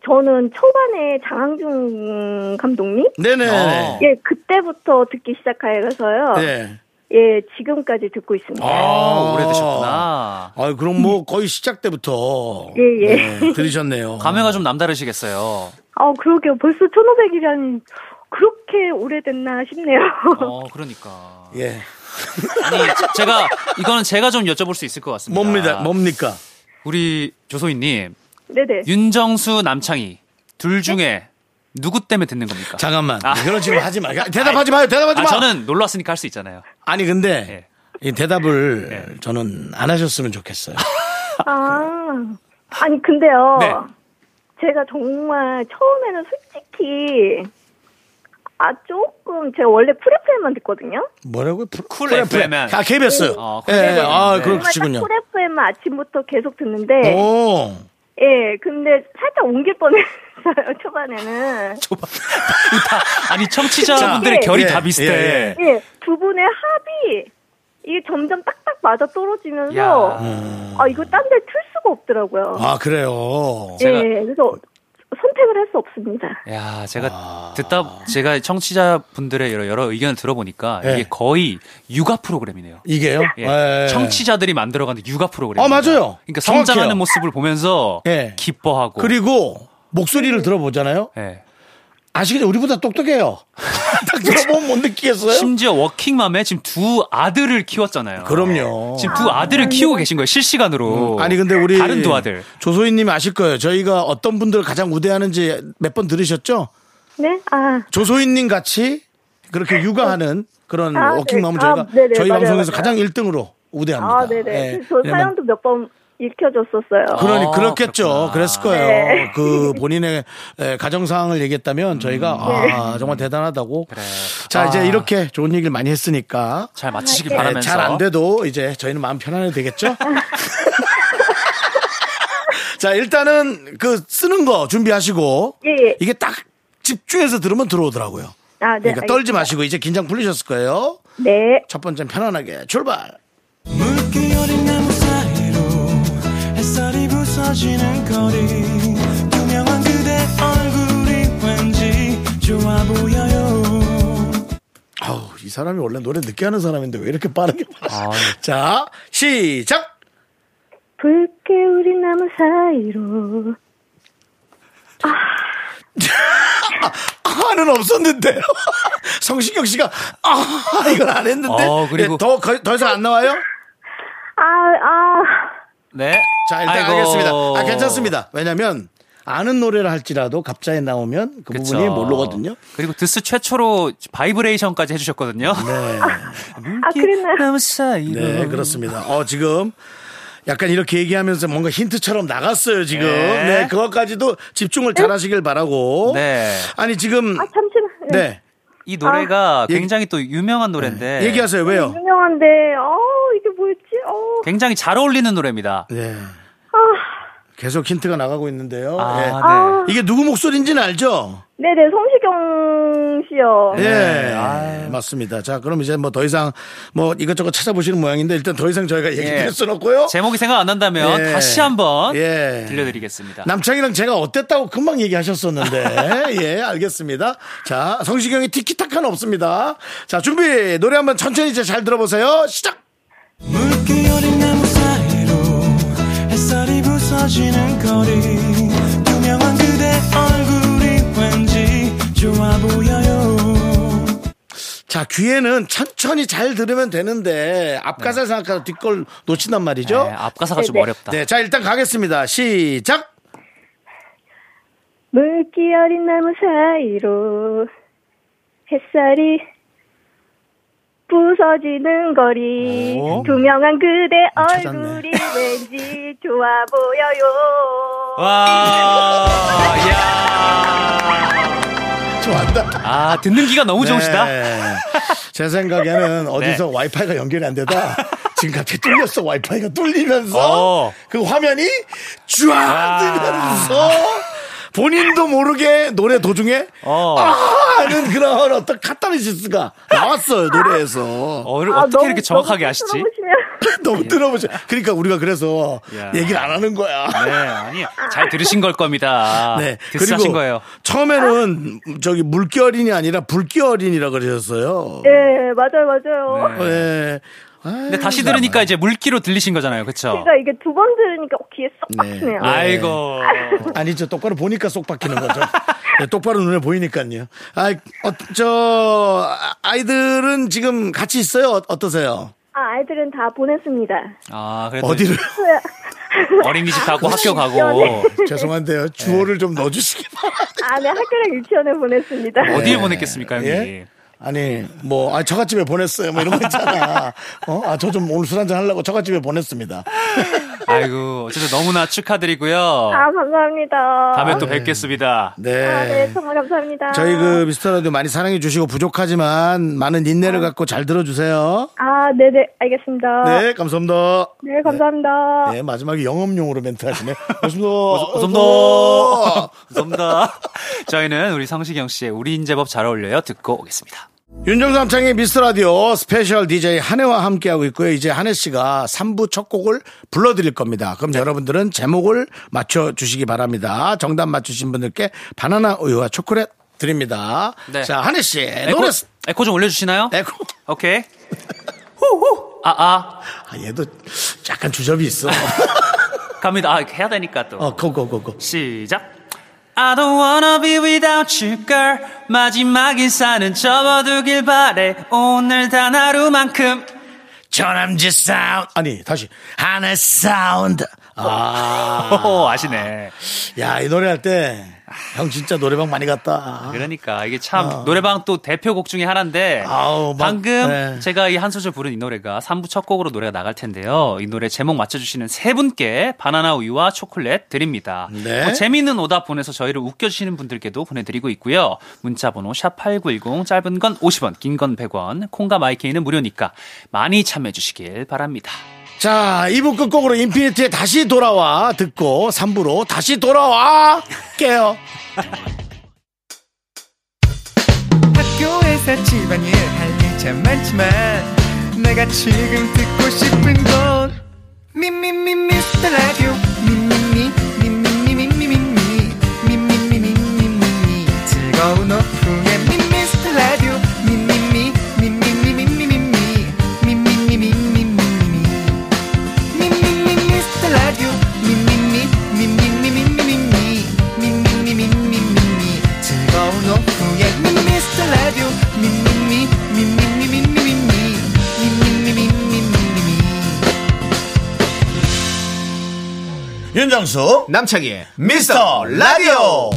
S11: 저는 초반에 장항준 감독님
S1: 네네.
S2: 어.
S11: 예, 그때부터 듣기 시작하여서요.
S1: 네.
S11: 예, 지금까지 듣고 있습니다.
S1: 아,
S2: 오래되셨구나.
S1: 아, 그럼 뭐 거의 시작 때부터
S11: 예, 예.
S1: 네, 들으셨네요.
S2: 감회가 좀 남다르시겠어요.
S11: 아, 그러게요. 벌써 1500이라니 그렇게 오래됐나 싶네요.
S2: 어, 그러니까.
S1: 예.
S2: 아니, 제가 이거는 제가 좀 여쭤볼 수 있을 것 같습니다.
S1: 뭡니다. 뭡니까?
S2: 우리 조소희님,
S11: 네네.
S2: 윤정수 남창희 둘 중에 누구 때문에 듣는 겁니까?
S1: 잠깐만.
S2: 아.
S1: 그런 질문 하지 마. 대답하지 마요. 대답하지
S2: 아,
S1: 마.
S2: 저는 놀러 왔으니까 할 수 있잖아요.
S1: 아니
S2: 예.
S1: 근데 이 대답을 저는 안 하셨으면 좋겠어요.
S11: 아, 아니, 근데요.
S2: 네.
S11: 제가 정말 처음에는 솔직히, 아, 조금, 제가 원래 프레프에만 듣거든요.
S1: 뭐라고요? 쿨,
S2: FM.
S1: 아, KBS.
S2: 어,
S1: 예,
S2: 쿨
S1: 예.
S2: FM.
S1: 아,
S2: 네.
S1: 그렇군요.
S11: 정말 딱 프레프에만 아침부터 계속 듣는데,
S1: 오.
S11: 예, 근데 살짝 옮길 뻔했어요, 초반에는.
S2: 아니, 청취자분들의
S11: 자,
S2: 결이
S1: 예,
S2: 다 비슷해.
S1: 예, 예.
S11: 예, 두 분의 합이 이게 점점 딱딱 맞아 떨어지면서
S2: 야.
S11: 아 이거 딴 데 틀 수가 없더라고요.
S1: 예. 아, 그래요.
S2: 제가-
S11: 예, 그래서 선택을 할 수 없습니다.
S2: 야, 제가
S1: 아.
S2: 듣다 제가 청취자분들의 여러, 여러 의견을 들어보니까
S1: 예.
S2: 이게 거의 육아 프로그램이네요.
S1: 이게요?
S2: 예.
S1: 예.
S2: 청취자들이 만들어가는 육아 프로그램.
S1: 아, 맞아요.
S2: 그러니까
S1: 정확해요.
S2: 성장하는 모습을 보면서
S1: 예.
S2: 기뻐하고.
S1: 그리고
S11: 네.
S1: 목소리를 들어보잖아요.
S2: 예.
S1: 아시겠죠? 우리보다 똑똑해요. 딱 들어보면 뭐 못 느끼겠어요?
S2: 심지어 워킹맘에 지금 두 아들을 키웠잖아요.
S1: 그럼요. 음,
S2: 지금 두 아들을 네. 키우고 계신 거예요 실시간으로.
S1: 아니 근데 우리
S2: 다른 두 아들.
S1: 조소희님 아실 거예요. 저희가 어떤 분들 을 가장 우대하는지 몇 번 들으셨죠?
S11: 네, 아,
S1: 조소희님 같이 그렇게 육아하는 그런
S11: 네. 아,
S1: 워킹맘을
S11: 네. 아,
S1: 저희가
S11: 네네,
S1: 저희
S11: 맞아요,
S1: 방송에서
S11: 맞아요.
S1: 가장 1등으로 우대합니다.
S11: 아, 네네.
S1: 예.
S11: 저
S1: 예,
S11: 사연도 몇 번 읽혀줬었어요.
S1: 그러니
S2: 아,
S1: 그렇겠죠.
S2: 그렇구나.
S1: 그랬을 거예요.
S11: 네.
S1: 그 본인의 에, 가정 상황을 얘기했다면 저희가
S2: 음.
S1: 아,
S2: 네.
S1: 정말 대단하다고. 자 이제 이렇게 좋은 얘기를 많이 했으니까
S2: 아.
S1: 네,
S2: 잘 맞히시길 바라면서.
S1: 잘 안 돼도 이제 저희는 마음 편안해 되겠죠? 자, 일단은 그 쓰는 거 준비하시고
S11: 예,
S2: 네.
S11: 예.
S1: 이게 딱 집중해서 들으면 들어오더라고요.
S11: 아, 네.
S1: 그러니까 떨지 마시고 이제 긴장 풀리셨을 거예요.
S11: 네.
S1: 첫 번째 편안하게 출발. 아우, 이 사람이 원래 노래 늦게 하는 사람인데 왜 이렇게 빠르게
S2: 아,
S1: 말하지?
S2: 네.
S1: 자, 시작!
S11: 붉게 우린 나무 사이로
S1: 아는 없었는데요. 성시경 씨가 아 이걸 안 했는데
S2: 어, 그리고-
S1: 예, 더, 거- 더 이상 안 나와요?
S11: 아, 아,
S2: 네.
S1: 자 일단
S2: 아이고.
S1: 알겠습니다. 아 괜찮습니다. 왜냐면 아는 노래를 할지라도 갑자에 나오면 그
S2: 그쵸.
S1: 부분이 모르거든요.
S2: 그리고 드스 최초로 바이브레이션까지 해주셨거든요.
S1: 네.
S11: 아, 그랬나요?
S2: 사이로.
S1: 네, 그렇습니다. 어, 지금 약간 이렇게 얘기하면서 뭔가 힌트처럼 나갔어요, 지금. 네,
S2: 네.
S1: 그것까지도 집중을 잘 하시길 바라고.
S2: 네.
S1: 아니, 지금.
S11: 아, 잠시만.
S1: 네.
S2: 이 노래가 굉장히 또 유명한 노래인데
S1: 얘기하세요, 왜요?
S11: 유명한데, 어, 이게 뭐였지? 어,
S2: 굉장히 잘 어울리는 노래입니다.
S1: 네. 계속 힌트가 나가고 있는데요.
S2: 아,
S1: 예.
S2: 네.
S1: 이게 누구 목소리인지는 알죠?
S11: 네네, 성시경 씨요.
S2: 네.
S1: 예. 맞습니다. 자, 그럼 이제 뭐 더 이상 뭐 이것저것 찾아보시는 모양인데 일단 더 이상 저희가 얘기할
S2: 예.
S1: 수는 없고요.
S2: 제목이 생각 안 난다면
S1: 예.
S2: 다시 한번
S1: 예.
S2: 들려드리겠습니다.
S1: 남창이랑 제가 어땠다고 금방 얘기하셨었는데 예 알겠습니다 자 성시경의 티키타카는 없습니다 자 준비 노래 한번 천천히 이제 잘 들어보세요 시작 자 귀에는 천천히 잘 들으면 되는데 앞가사를 생각하다 뒷걸 놓친단 말이죠
S2: 네, 앞 가사가 좀
S11: 네, 네.
S2: 어렵다.
S1: 네 자 일단 가겠습니다 시작
S11: 물기 어린 나무 사이로 햇살이 부서지는 거리
S1: 오. 아,
S11: 투명한 그대
S1: 찾았네.
S11: 얼굴이 왠지 좋아 보여요
S2: 와, 예. 야,
S1: 좋아한다
S2: 아 듣는 기가 너무 좋으시다. 네.
S1: 네. 제 생각에는 어디서 와이파이가 연결이 안 되다. 지금 갑자기 뚫렸어. 와이파이가 뚫리면서
S2: 어. 아.
S1: 그 화면이 쫙 뜨면서 본인도 모르게 노래 도중에
S2: 어,
S1: 아! 하는 그런 어떤 카타르시스가 나왔어요. 노래에서.
S2: 어 어떻게 이렇게 정확하게 아시지?
S1: 너무 들어보죠. 그러니까 우리가 그래서
S2: 야.
S1: 얘기를 안 하는 거야.
S2: 네, 아니 잘 들으신 걸 겁니다.
S1: 네.
S2: 듣으신 아, 거예요.
S1: 처음에는 저기 물결인이 아니라 불결인이라 그러셨어요.
S11: 네 맞아요 맞아요
S2: 네.
S1: 네.
S2: 근데 다시 들으니까 이제 물기로 들리신 거잖아요, 그렇죠?
S11: 제가 이게 두 번 들으니까 어, 귀에 쏙
S1: 네.
S11: 박히네요
S2: 아이고,
S1: 아니죠. 똑바로 보니까 쏙 박히는 거죠. 네, 똑바로 눈에 보이니까요. 아, 어, 저, 아, 아이들은 지금 같이 있어요? 어, 어떠세요?
S11: 아 아이들은 다 보냈습니다
S2: 아 그래도
S1: 어디를? 어,
S2: 어린이집 가고 네. 학교 가고
S1: 죄송한데요. 주어를 좀 넣어주시기 바랍니다.
S11: 아네 학교랑 유치원에 보냈습니다
S2: 어디에 보냈겠습니까, 형님?
S1: 네. 예? 아니, 뭐, 아, 저갓집에 보냈어요. 뭐 이런 거 있잖아. 어? 아, 저 좀 오늘 술 한잔 하려고 저갓집에 보냈습니다.
S2: 아이고, 어쨌든 너무나 축하드리고요.
S11: 아 감사합니다
S2: 다음에 또 뵙겠습니다.
S11: 아, 네
S1: 네.
S11: 정말 감사합니다
S1: 저희 그 미스터 라디오 많이 사랑해 주시고 부족하지만 많은 인내를 갖고 잘 들어주세요.
S11: 아 네네 알겠습니다
S1: 네, 감사합니다.
S11: 네, 감사합니다.
S1: 네, 마지막에 영업용으로 멘트 하시네. 고맙습니다. 어,
S2: 감사합니다. 감사합니다. 저희는 우리 성시경 씨의 우리 인제법 잘 어울려요 듣고 오겠습니다.
S1: 윤정수 남창의 미스터 라디오 스페셜 DJ 한혜와 함께하고 있고요. 이제 한혜 씨가 3부 첫 곡을 불러드릴 겁니다. 그럼
S2: 네.
S1: 여러분들은 제목을 맞춰주시기 바랍니다. 정답 맞추신 분들께 바나나 우유와 초콜릿 드립니다.
S2: 네.
S1: 자, 한혜 씨,
S2: 에코,
S1: 노래.
S2: 에코 좀 올려주시나요?
S1: 에코.
S2: 오케이. 후후. 아, 아.
S1: 아, 얘도 약간 주접이 있어.
S2: 갑니다. 아, 해야 되니까 아, 또.
S1: 어, 고, 고, 고, 고.
S2: 시작. I don't wanna be without you, girl. 마지막 인사는 접어두길 바래. 오늘 단 하루만큼.
S1: 전함지 사운드. 아니, 다시. 한혜 사운드. 아.
S2: 오, 아시네.
S1: 야, 이 노래 할 때, 형 진짜 노래방 많이 갔다.
S2: 그러니까 이게 참 노래방 또 대표곡 중에 하나인데
S1: 아. 아우, 막,
S2: 방금
S1: 네.
S2: 제가 이 한 소절 부른 이 노래가 3부 첫 곡으로 노래가 나갈 텐데요. 이 노래 제목 맞춰주시는 세 분께 바나나 우유와 초콜릿 드립니다.
S1: 네.
S2: 뭐 재미있는 오답 보내서 저희를 웃겨주시는 분들께도 보내드리고 있고요. 문자번호 샵8910 짧은 건 50원 긴 건 100원 콩과 마이케이는 무료니까 많이 참여해주시길 바랍니다.
S1: 자, 2부 끝곡으로 인피니트의 다시 돌아와 듣고 3부로 다시 돌아와 깨요.
S12: 학교에서 집안일 할 일 참 많지만 내가 지금 듣고 싶은 건 미미미 미스터 라디오 미미미 미미미 미미미 미미미 미미미 즐거운 오후에 미스터 라디오 미미미 미미미 미미미 미미미 미미미 미미미 미스터 라디오 미미미 미미미 미미미 미미미 미미미 즐거운 오후에 Mr. Radio 미미미 미미미 미미미 미미미 미미미
S13: 윤정수 남창희의 미스터 라디오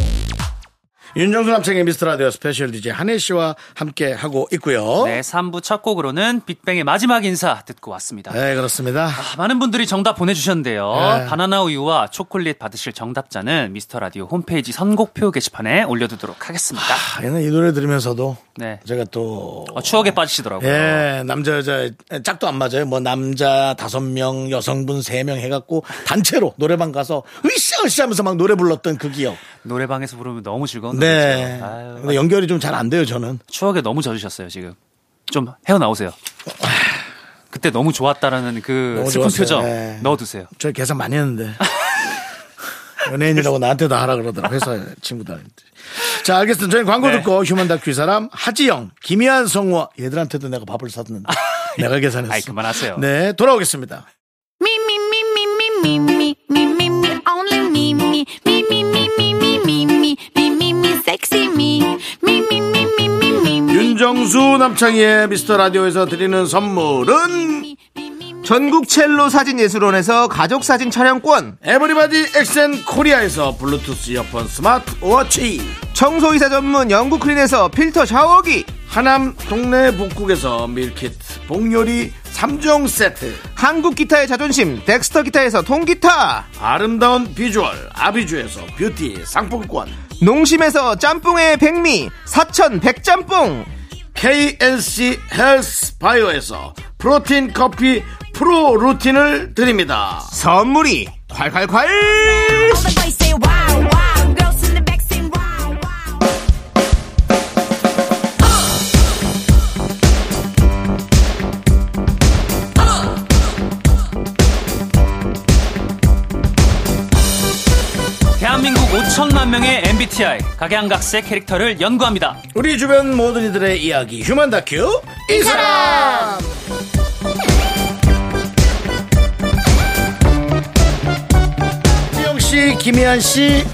S1: 윤정수 남창의 미스터 라디오 스페셜 DJ 한혜 씨와 함께 하고 있고요.
S2: 네, 3부 첫 곡으로는 빅뱅의 마지막 인사 듣고 왔습니다.
S1: 네, 그렇습니다.
S2: 아, 많은 분들이 정답 보내주셨는데요.
S1: 예.
S2: 바나나 우유와 초콜릿 받으실 정답자는 미스터 라디오 홈페이지 선곡표 게시판에 올려두도록 하겠습니다.
S1: 아, 얘는 이 노래 들으면서도
S2: 네.
S1: 제가 또
S2: 어, 추억에 빠지시더라고요.
S1: 예, 남자 여자 짝도 안 맞아요. 뭐 남자 다섯 명, 여성분 세 명 해갖고 단체로 노래방 가서 으쌰으쌰 하면서 막 노래 불렀던 그 기억.
S2: 노래방에서 부르면 너무 즐거운
S1: 네.
S2: 노래죠. 아유,
S1: 근데 연결이 좀 잘 안 돼요, 저는.
S2: 추억에 너무 젖으셨어요 지금. 좀 헤어나오세요. 그때 너무 좋았다라는 그
S1: 너무
S2: 슬픈
S1: 좋았어요.
S2: 표정
S1: 네.
S2: 넣어두세요.
S1: 저 계산 많이 했는데. 연예인이라고 나한테 다 하라 그러더라 회사 친구들한테. 자 알겠습니다. 저희 광고
S2: 네.
S1: 듣고 휴먼 다큐 이 사람 하지영, 김희한 성우와 얘들한테도 내가 밥을 사줬는데 내가 계산했어.
S2: 아이, 아, 그만하세요.
S1: 네 돌아오겠습니다.
S10: Me, me, me, me, me, me, me, me, me, me, only me, me, me, me, me, me, me, me, me, me, me, me, sexy me, me, me, me, me, me, me, me,
S1: 윤정수 남창희의 미스터 라디오에서 드리는 선물은
S13: 전국 첼로 사진예술원에서 가족사진 촬영권
S1: 에브리바디 엑센 코리아에서 블루투스 이어폰 스마트 워치
S13: 청소이사 전문 영국클린에서 필터 샤워기
S1: 하남 동네 북국에서 밀키트 복요리 3종 세트
S13: 한국기타의 자존심 덱스터기타에서 통기타
S1: 아름다운 비주얼 아비주에서 뷰티 상품권
S13: 농심에서 짬뽕의 백미 사천 백짬뽕
S1: KNC 헬스 바이오에서 프로틴 커피 프로 루틴을 드립니다.
S13: 선물이 콸콸콸
S10: all the boys say wow, wow, girls in the back say wow, wow.
S2: 대한민국 5천만 명의 MBTI 각양각색 캐릭터를 연구합니다.
S1: 우리 주변 모든 이들의 이야기 휴먼 다큐 이 사람 씨, 김희한 씨,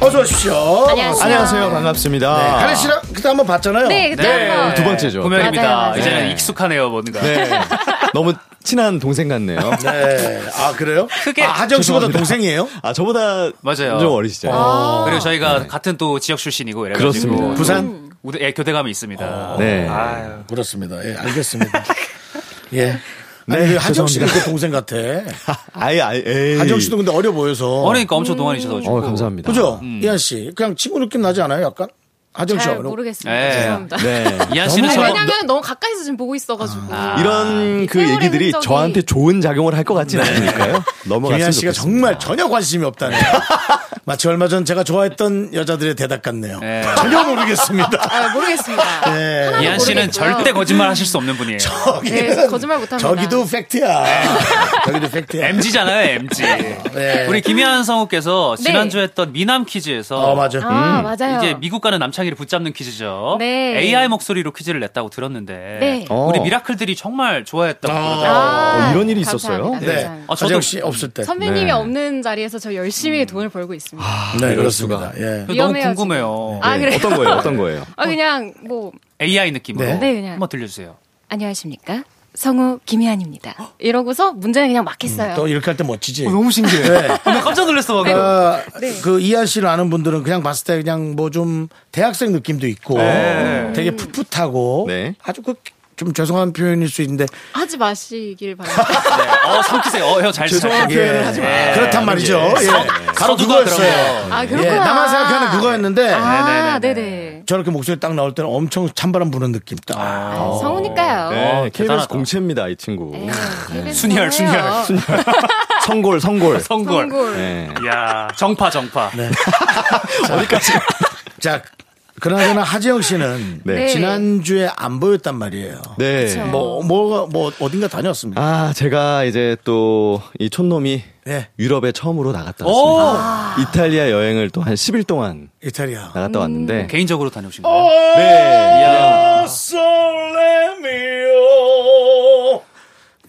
S1: 어서 오십시오.
S5: 안녕하세요.
S1: 안녕하세요.
S5: 반갑습니다.
S1: 네, 카레 씨랑 그때 한번 봤잖아요.
S5: 네, 그때 한번.
S2: 두
S5: 번째죠.
S2: 구명입니다.
S5: 맞아요, 맞아요.
S2: 이제는
S5: 네.
S2: 익숙하네요, 뭔가.
S5: 너무 친한 동생 같네요.
S1: 네. 아 그래요?
S2: 크게-
S1: 아, 하정 씨보다
S5: 죄송합니다.
S1: 동생이에요?
S5: 아, 저보다
S2: 맞아요.
S5: 좀 어리시죠? 네.
S2: 그리고 저희가 같은 또 지역 출신이고 이래가지고
S5: 그렇습니다.
S12: 음.
S1: 부산?
S2: 우대- 예, 교대감이 있습니다.
S5: 네.
S1: 그렇습니다. 예, 알겠습니다. 예. 아니, 네, 하정 씨가 그 동생 같아.
S5: 아예, 아예. 에이.
S1: 하정 씨도 근데 어려 보여서.
S2: 어리니까 엄청 동안이셔가지고.
S5: 어, 감사합니다.
S1: 그죠?
S2: 음.
S1: 이한 씨. 그냥 친구 느낌 나지 않아요? 약간? 하정 씨
S5: 잘
S1: 어려.
S5: 모르겠습니다.
S2: 예.
S5: 죄송합니다. 네.
S2: 이한 씨는
S5: 너무
S2: 저
S5: 많이
S2: 네.
S5: 안-
S12: 왜냐면 너무 가까이서 지금 보고 있어가지고. 아.
S5: 이런 그
S12: 세월의
S5: 얘기들이
S12: 흔적이-
S5: 저한테 좋은 작용을 할 것 같진 않으니까요. 넘어갔으면
S1: 네. 김희한 씨가
S5: 좋겠습니다.
S1: 정말 전혀 관심이 없다네요. 마치 얼마 전 제가 좋아했던 여자들의 대답 같네요. 전혀 모르겠습니다.
S12: 아, 모르겠습니다.
S1: 네.
S2: 이한 씨는
S12: 모르겠고요.
S2: 절대 거짓말 하실 수 없는 분이에요. 네.
S12: 네, 거짓말 못합니다.
S1: 저기도 팩트야. 저기도 팩트야.
S2: MG잖아요, MG.
S1: 네.
S2: 우리 김희한 성우께서 지난주 에 했던 미남 퀴즈에서
S1: 어, 맞아.
S5: 음.
S12: 네. 아, 맞아요.
S2: 이제 미국 가는 남창희를 붙잡는 퀴즈죠.
S12: 네.
S2: AI 목소리로 퀴즈를 냈다고 들었는데
S12: 네.
S5: 어.
S2: 우리 미라클들이 정말 좋아했다고 그러더라고요.
S12: 아,
S5: 어, 이런 일이
S12: 감사합니다.
S5: 있었어요?
S1: 네.
S12: 감사합니다.
S2: 아, 저도-
S1: 하정 씨 없을 때.
S12: 선배님이
S5: 네.
S12: 없는 자리에서 저 열심히 돈을 벌고 있습니다. 아,
S1: 네,
S5: 이럴
S1: 그렇습니다. 예.
S2: 너무
S12: 위험해요, 아,
S2: 궁금해요.
S12: 그래요?
S5: 네. 어떤 거예요? 어떤 거예요?
S12: 그냥 뭐
S2: AI 느낌으로
S1: 네.
S12: 네, 그냥.
S2: 한번 들려주세요.
S12: 안녕하십니까? 성우 김희안입니다. 이러고서 문제는 그냥 막 했어요.
S1: 음, 또 이렇게 할 때 멋지지.
S2: 신기해.
S1: 네.
S2: 나 깜짝 놀랐어 방금.
S1: 아,
S12: 네.
S1: 그 이한 씨를 아는 분들은 그냥 봤을 때 그냥 뭐 좀 대학생 느낌도 있고
S2: 네.
S1: 되게 풋풋하고
S5: 네.
S1: 아주 그 좀 죄송한 표현일 수 있는데
S12: 하지 마시길 바랍니다.
S2: 네. 어 삼키세요. 어형잘
S5: 죄송한
S1: 예.
S5: 표현을 하지 마.
S1: 그렇단 말이죠. 예. 바로
S2: 서두가
S1: 그거였어요.
S12: 아,
S1: 예.
S12: 그렇구나.
S1: 나만 생각하는 그거였는데
S12: 아, 네네.
S1: 저렇게 목소리 딱 나올 때는 엄청 찬바람 부는 느낌 딱.
S12: 아,
S1: 어.
S12: 어, 성우니까요.
S5: 네, KBS
S2: 대단하다.
S5: 공채입니다, 이 친구.
S12: 네, KBS
S2: 순혈,
S12: 성우예요.
S5: 성골,
S2: 성골.
S5: 성골.
S12: 성골.
S5: 네.
S2: 야 정파 정파.
S1: 네. 어디까지? 자, 그나저나 하지영 씨는
S5: 네.
S1: 지난주에 안 보였단 말이에요.
S5: 네.
S1: 뭐, 뭐가, 뭐, 어딘가 다녔습니다.
S5: 아, 제가 이제 또 이 촌놈이
S1: 네.
S5: 유럽에 처음으로 나갔다
S2: 오
S5: 왔습니다. 이탈리아 여행을 또 한 10일 동안
S1: 이탈리아.
S5: 나갔다 왔는데.
S2: 음. 개인적으로 다녀오신 거예요?
S5: 네.
S2: 이야.
S1: 솔레미오.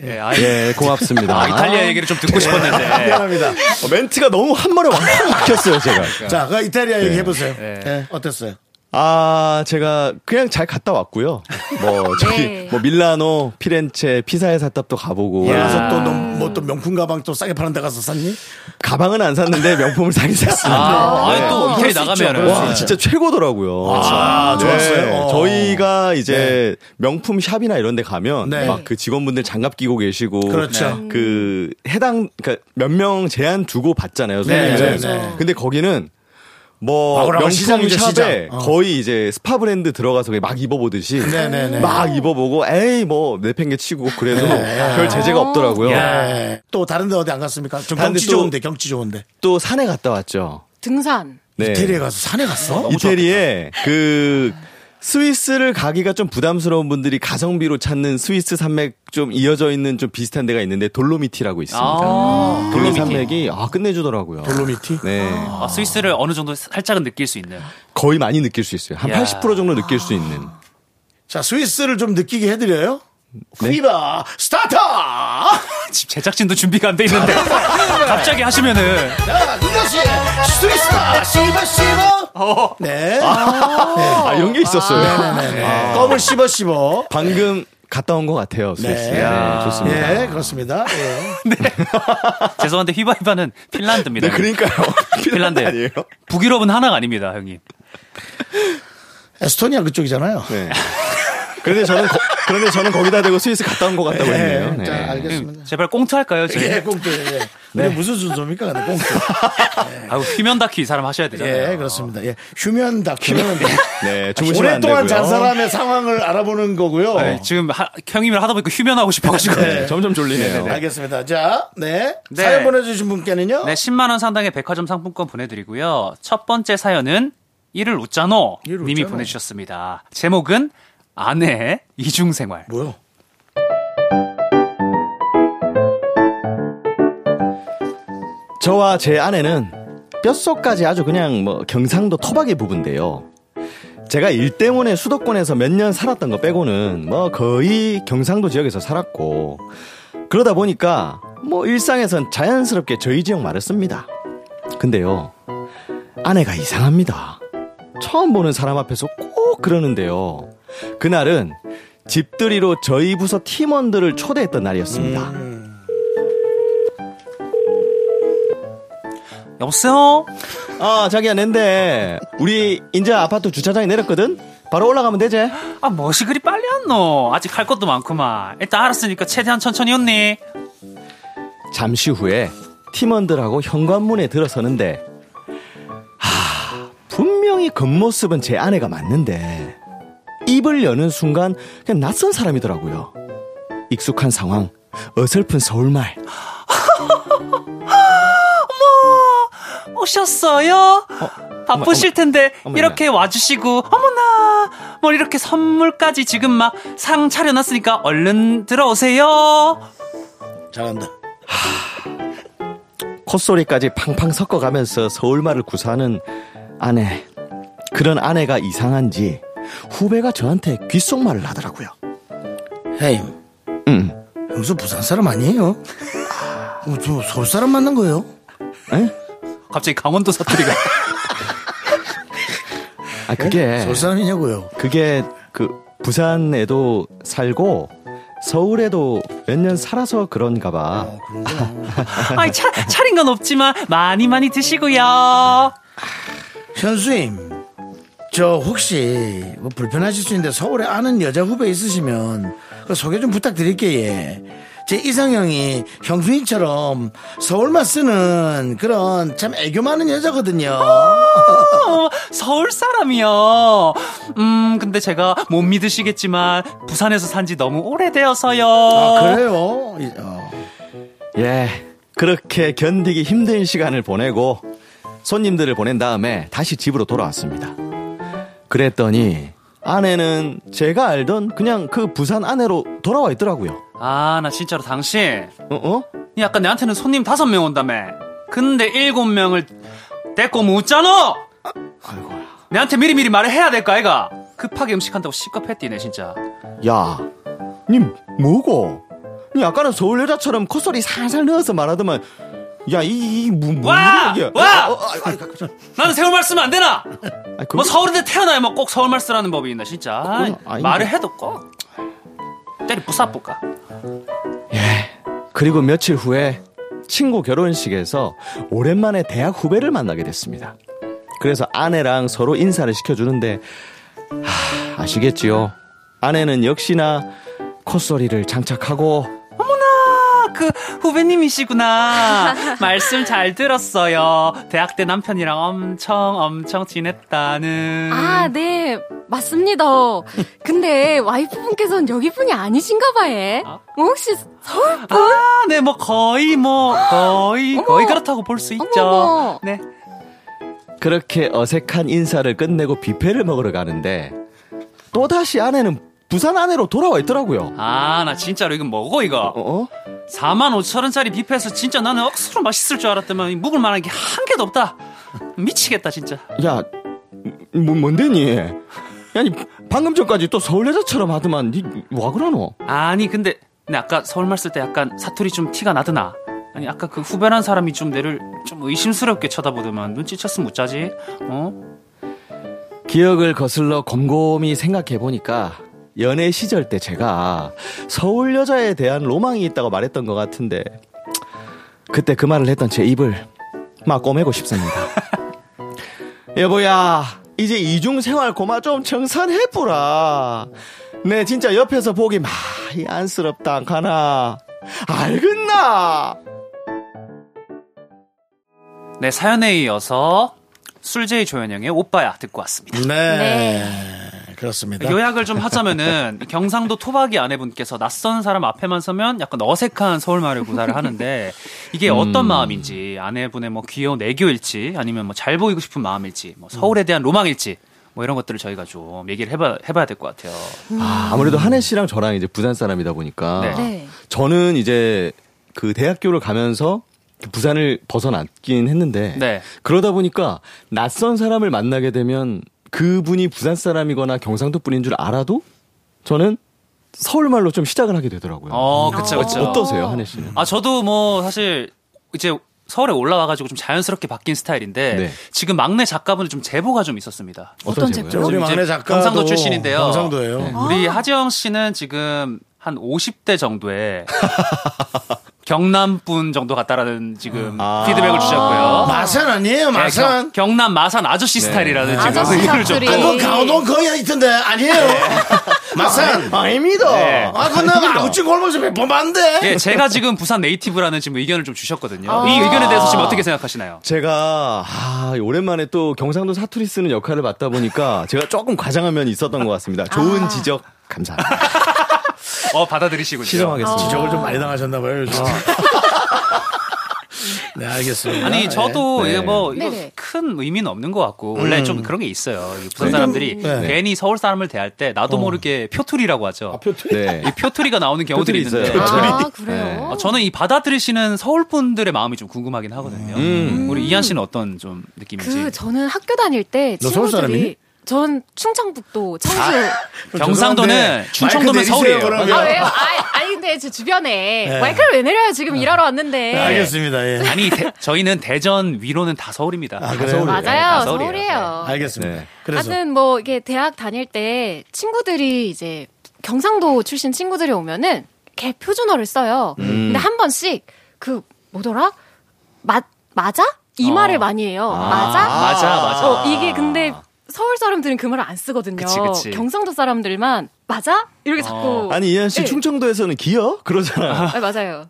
S2: 예, 아,
S5: 예, 고맙습니다.
S2: 아, 이탈리아 얘기를 좀 듣고 싶었는데.
S1: 네. 미안합니다.
S5: 어, 멘트가 네. 너무 한 번에 확 막혔어요, 제가.
S2: 네.
S1: 자, 그 이탈리아 얘기 해보세요. 예, 어땠어요?
S5: 아, 제가 그냥 잘 갔다 왔고요. 뭐 저기
S1: 네.
S5: 뭐 밀라노, 피렌체, 피사의 사탑도 가보고. 아.
S1: 그래서 또 뭐 또 명품 가방 또 싸게 파는 데 가서 샀니?
S5: 가방은 안 샀는데 명품을 사긴 샀습니다.
S1: 아,
S5: 네.
S1: 아니, 또 이태리
S5: 그럴 수
S1: 나가면은.
S5: 있죠. 와, 진짜 최고더라고요.
S1: 아, 좋았어요? 어.
S5: 저희가 이제 명품 샵이나 이런 데 가면
S1: 네.
S5: 막 그 직원분들 장갑 끼고 계시고
S1: 그렇죠.
S5: 그 해당 그러니까 몇 명 제한 두고 받잖아요.
S1: 네,
S5: 손님들.
S1: 네, 네.
S5: 근데 거기는 뭐
S1: 와구라구
S5: 명품
S1: 시장이죠,
S5: 샵에
S1: 시장. 어.
S5: 거의 이제 스파 브랜드 들어가서 그냥 막 입어보듯이
S1: 네, 네, 네.
S5: 막 입어보고 에이 뭐 내팽개치고 그래도
S1: 네.
S5: 별
S1: 아.
S5: 제재가 없더라고요.
S1: 예. 또 다른 데 어디 안 갔습니까? 좀
S5: 다른 데
S1: 경치
S5: 아, 또-
S1: 좋은데, 경치 좋은데.
S5: 또 산에 갔다 왔죠.
S12: 등산.
S5: 네.
S1: 이태리에 가서 산에 갔어?
S5: 이태리에 그 스위스를 가기가 좀 부담스러운 분들이 가성비로 찾는 스위스 산맥 좀 이어져 있는 좀 비슷한 데가 있는데 돌로미티라고 있습니다.
S2: 아,
S5: 그
S2: 돌로미티.
S5: 산맥이 아 끝내주더라고요.
S1: 돌로미티?
S5: 네.
S2: 아, 스위스를 어느 정도 살짝은 느낄 수 있네요.
S5: 거의 많이 느낄 수 있어요. 한
S2: 야.
S5: 80% 정도 느낄 수 있는.
S1: 자, 스위스를 좀 느끼게 해드려요.
S5: 네.
S1: 휘바 스타트!
S2: 지금 제작진도 준비가 안 돼 있는데 갑자기 하시면은
S1: 야, 이것이 스위스다! 씹어, 씹어! 네.
S5: 아, 이런 게 있었어요.
S1: 네네네.
S5: 아.
S1: 껌을 씹어, 씹어.
S5: 방금 갔다 온 것 같아요.
S1: 네.
S5: 스위스. 네. 네 좋습니다.
S1: 예, 그렇습니다. 예.
S2: 네. 죄송한데 휘바휘바는 핀란드입니다.
S5: 네, 그러니까요.
S2: 핀란드
S5: 아니에요?
S2: 북유럽은 하나가 아닙니다, 형님.
S1: 에스토니아 그쪽이잖아요.
S5: 네. 그런데 저는 거, 그런데 저는 거기다 대고 스위스 갔다 온 것 같다고 했네요. 네.
S1: 자, 알겠습니다.
S2: 제발 꽁트 할까요, 저희?
S1: 예, 꽁트. 예.
S5: 네.
S1: 이게 무슨 순서입니까? 근데 꽁트.
S2: 아유, 휘면 다큐 이 사람 하셔야 되잖아요.
S1: 예, 그렇습니다. 예. 휴면 다큐는
S5: 네, 주무시면 안 되고요.
S1: 오랫동안 잔 사람의 상황을 알아보는 거고요.
S2: 아니, 네, 지금 하, 형님을 하다 보니까 휴면하고 싶어가지고.
S5: 네, 점점 졸리네요.
S1: 알겠습니다. 자, 네.
S2: 네.
S1: 사연 보내주신 분께는요.
S2: 네, 10만 원 상당의 백화점 상품권 보내드리고요. 첫 번째 사연은 이를 웃자노
S1: 이를
S2: 님이
S1: 웃자노.
S2: 보내주셨습니다. 제목은 아내의 이중생활.
S1: 뭐요?
S5: 저와 제 아내는 뼛속까지 아주 그냥 뭐 경상도 토박이 부부인데요. 제가 일 때문에 수도권에서 몇 년 살았던 거 빼고는 뭐 거의 경상도 지역에서 살았고 그러다 보니까 뭐 일상에선 자연스럽게 저희 지역 말을 씁니다. 근데요 아내가 이상합니다. 처음 보는 사람 앞에서 꼭 그러는데요. 그날은 집들이로 저희 부서 팀원들을 초대했던 날이었습니다.
S2: 여보세요?
S5: 아 자기야 낸데 우리 이제 아파트 주차장에 내렸거든 바로 올라가면 되지
S2: 아, 뭐시 그리 빨리 왔노? 아직 할 것도 많구만. 일단 알았으니까 최대한 천천히 언니.
S5: 잠시 후에 팀원들하고 현관문에 들어서는데 하 분명히 겉모습은 제 아내가 맞는데 입을 여는 순간 그냥 낯선 사람이더라고요 익숙한 상황 어설픈 서울말 아,
S2: 오셨어요? 바쁘실 텐데
S5: 어머,
S2: 이렇게 와주시고 어머나 뭘 이렇게 선물까지 지금 막 상 차려놨으니까 얼른 들어오세요.
S1: 잘한다.
S5: 콧소리까지 팡팡 섞어가면서 서울말을 구사하는 아내. 그런 아내가 이상한지 후배가 저한테 귓속말을 하더라고요.
S1: 헤이.
S5: 응.
S1: 형수 부산 사람 아니에요? 어, 저 서울 사람 만난 거예요?
S5: 에?
S2: 갑자기 강원도 사투리가
S5: 아 그게
S1: 서울 사람이냐고요?
S5: 그게 그 부산에도 살고 서울에도 몇 년 살아서 그런가 봐.
S2: 아이 차, 차린 건 없지만 많이 많이 드시고요.
S1: 현수님, 저 혹시 뭐 불편하실 수 있는데 서울에 아는 여자 후배 있으시면 그 소개 좀 부탁드릴게요. 예. 제 이상형이 형수님처럼 서울만 쓰는 그런 참 애교 많은 여자거든요.
S2: 어, 서울 사람이요. 음 근데 제가 못 믿으시겠지만 부산에서 산 지 너무 오래되어서요.
S1: 아, 그래요? 이- 어.
S5: 예. 그렇게 견디기 힘든 시간을 보내고 손님들을 보낸 다음에 다시 집으로 돌아왔습니다. 그랬더니 아내는 제가 알던 그냥 그 부산 아내로 돌아와 있더라고요.
S2: 아, 나 진짜로 당신
S5: 어? 어?
S2: 니 아까 내한테는 손님 다섯 명 온다며. 근데 일곱 명을 데리고 묻잖아! 내한테 미리미리 말을 해야 될 거 아이가? 급하게 음식한다고 시급했디네, 진짜.
S5: 야, 님 뭐고? 니 아까는 서울 여자처럼 콧소리 살살 넣어서 말하더만 야, 이, 이, 무, 무,
S2: 와!
S5: 이게.
S2: 와!
S5: 어, 어, 아, 아,
S2: 나는 세월말 쓰면 안 되나?
S5: 그거-
S2: 뭐 서울인데 태어나야 뭐 꼭 서울말 쓰라는 법이 있나 진짜 아이,
S5: 어, 아닌데.
S2: 말을 해도 꼭 때리 부사볼까
S5: 그리고 며칠 후에 친구 결혼식에서 오랜만에 대학 후배를 만나게 됐습니다. 그래서 아내랑 서로 인사를 시켜주는데, 하, 아시겠지요? 아내는 역시나 콧소리를 장착하고,
S2: 아, 그 후배님이시구나 말씀 잘 들었어요 대학 때 남편이랑 엄청 엄청 지냈다는
S12: 아, 네. 맞습니다. 근데 와이프분께서는 여기 분이 아니신가 봐요. 뭐 혹시 서울 분?
S2: 아, 네, 뭐 거의 뭐 거의 거의 그렇다고 볼 수 있죠.
S12: 어머.
S2: 네.
S5: 그렇게 어색한 인사를 끝내고 뷔페를 먹으러 가는데, 또다시 아내는 부산 아내로 돌아와 있더라고요.
S2: 아, 나 진짜로 이거 먹어 이거. 4만 5천 원짜리 뷔페에서 진짜 나는 억수로 맛있을 줄 알았더만 이 묵을 만한 게 한 개도 없다. 미치겠다 진짜.
S5: 야, 뭐, 뭔데 니? 아니, 방금 전까지 또 서울 여자처럼 하더만, 니와 그러노?
S2: 아니 근데 근데 아까 서울말 쓸 때 약간 사투리 좀 티가 나드나? 아니 아까 그 후배란 사람이 좀 내를 좀 의심스럽게 쳐다보더만 눈치챘으면 어쩌지? 어?
S5: 기억을 거슬러 곰곰이 생각해 보니까 연애 시절 때 제가 서울 여자에 대한 로망이 있다고 말했던 것 같은데 그때 그 말을 했던 제 입을 막 꼬매고 싶습니다. 여보야, 이제 이중 생활 고마 좀 정산해 보라. 네, 진짜 옆에서 보기 많이 안쓰럽다 안 가나. 알겠나?
S2: 네 사연에 이어서 술제이 조현영의 오빠야 듣고 왔습니다.
S1: 네. 그렇습니다.
S2: 요약을 좀 하자면은 경상도 토박이 아내분께서 낯선 사람 앞에만 서면 약간 어색한 서울말을 구사를 하는데 이게
S1: 음.
S2: 어떤 마음인지 아내분의 뭐 귀여운 애교일지 아니면 뭐 잘 보이고 싶은 마음일지 뭐 서울에 대한 로망일지 뭐 이런 것들을 저희가 좀 얘기를 해봐 해봐야 될 것 같아요.
S5: 아, 아무래도 한혜 씨랑 저랑 이제 부산 사람이다 보니까
S2: 네.
S12: 네.
S5: 저는 이제 그 대학교를 가면서 부산을 벗어났긴 했는데
S2: 네.
S5: 그러다 보니까 낯선 사람을 만나게 되면 그분이 부산 사람이거나 경상도 분인 줄 알아도 저는 서울말로 좀 시작을 하게 되더라고요.
S2: 어, 그쵸, 그쵸.
S5: 음. 어떠세요, 한혜 씨는?
S2: 아 저도 뭐 사실 이제 서울에 올라와가지고 좀 자연스럽게 바뀐 스타일인데
S5: 네.
S2: 지금 막내 작가분은 좀 제보가 좀 있었습니다.
S5: 어떤 네.
S1: 저 우리
S2: 지금
S1: 막내
S2: 이제
S1: 작가
S2: 경상도 출신인데요.
S1: 경상도예요.
S2: 우리 하지영 씨는 지금 한 50대 정도에 경남 분 정도 같다라는 지금
S5: 아.
S2: 피드백을 주셨고요.
S1: 마산 아니에요,
S2: 네,
S1: 마산.
S2: 경, 경남 마산 아저씨
S5: 네.
S2: 스타일이라는 네. 지금
S12: 아저씨
S2: 의견을
S12: 사투리.
S1: 아,
S2: 줬고.
S1: 그 강호동 거기 있던데 아니에요. 마산.
S5: 아닙니다.
S1: 아, 그건 나 아우치 골목에서 몇번 봤는데.
S2: 예, 제가 지금 부산 네이티브라는 지금 의견을 좀 주셨거든요. 이 의견에 대해서 지금 어떻게 생각하시나요?
S5: 제가 아, 오랜만에 또 경상도 사투리 쓰는 역할을 맡다 보니까 제가 조금 과장한 면이 있었던 것 같습니다. 좋은 지적 감사합니다.
S2: 아. 어, 받아들이시군요. 어.
S5: 시정하겠습니다.
S1: 지적을 좀 많이 당하셨나 봐요. 요즘. 네, 알겠습니다.
S2: 아니 저도
S5: 네.
S2: 이게 뭐 이거
S12: 네네.
S2: 큰 의미는 없는 것 같고 원래 좀 그런 게 있어요. 이 부산 사람들이
S1: 음. 네. 어. 아,
S2: 괜히 서울 사람을 대할 때 나도 모르게 표투리라고 하죠.
S5: 네.
S2: 이 표투리가 나오는 경우들이
S5: 표투리
S2: 있는데
S5: 있어요.
S12: 아, 그래요?
S2: 어, 저는 이 받아들이시는 서울 분들의 마음이 좀 궁금하긴 하거든요. 음. 우리 이한 씨는 어떤 좀 느낌인지.
S12: 그 저는 학교 다닐 때
S1: 너 서울 아.
S12: 친구들이 전 충청북도 청주
S2: 아, 경상도는
S1: 어, 죄송한데
S2: 충청도면
S1: 마이크 내리세요,
S2: 서울이에요.
S1: 그러면.
S12: 그 아, 왜요? 아, 아니, 근데 제 주변에
S1: 네.
S12: 마이크를 왜 내려요? 지금 일하러 왔는데.
S1: 네, 알겠습니다. 예.
S2: 아니 대- 저희는 대전 위로는 다 서울입니다.
S1: 아,
S2: 다
S1: 그래요?
S2: 서울이에요.
S12: 맞아요.
S2: 다 서울이에요.
S12: 서울이에요.
S1: 알겠습니다.
S5: 네.
S1: 그래서
S12: 하여튼 뭐 이게 대학 다닐 때 친구들이 이제 경상도 출신 친구들이 오면은 개 표준어를
S1: 음.
S12: 써요. 근데 한 번씩 그 뭐더라? 맞 맞아? 이
S2: 어.
S12: 말을 많이 해요. 맞아?
S2: 맞아, 맞아.
S12: 어, 이게 근데 서울 사람들은 그 말을 안 쓰거든요.
S2: 그치, 그치. 어.
S12: 경상도 사람들만 맞아? 이렇게 자꾸
S5: 아니 이현 씨
S1: 네.
S12: 예.
S5: 충청도에서는 기어 그러잖아.
S12: 아, 맞아요.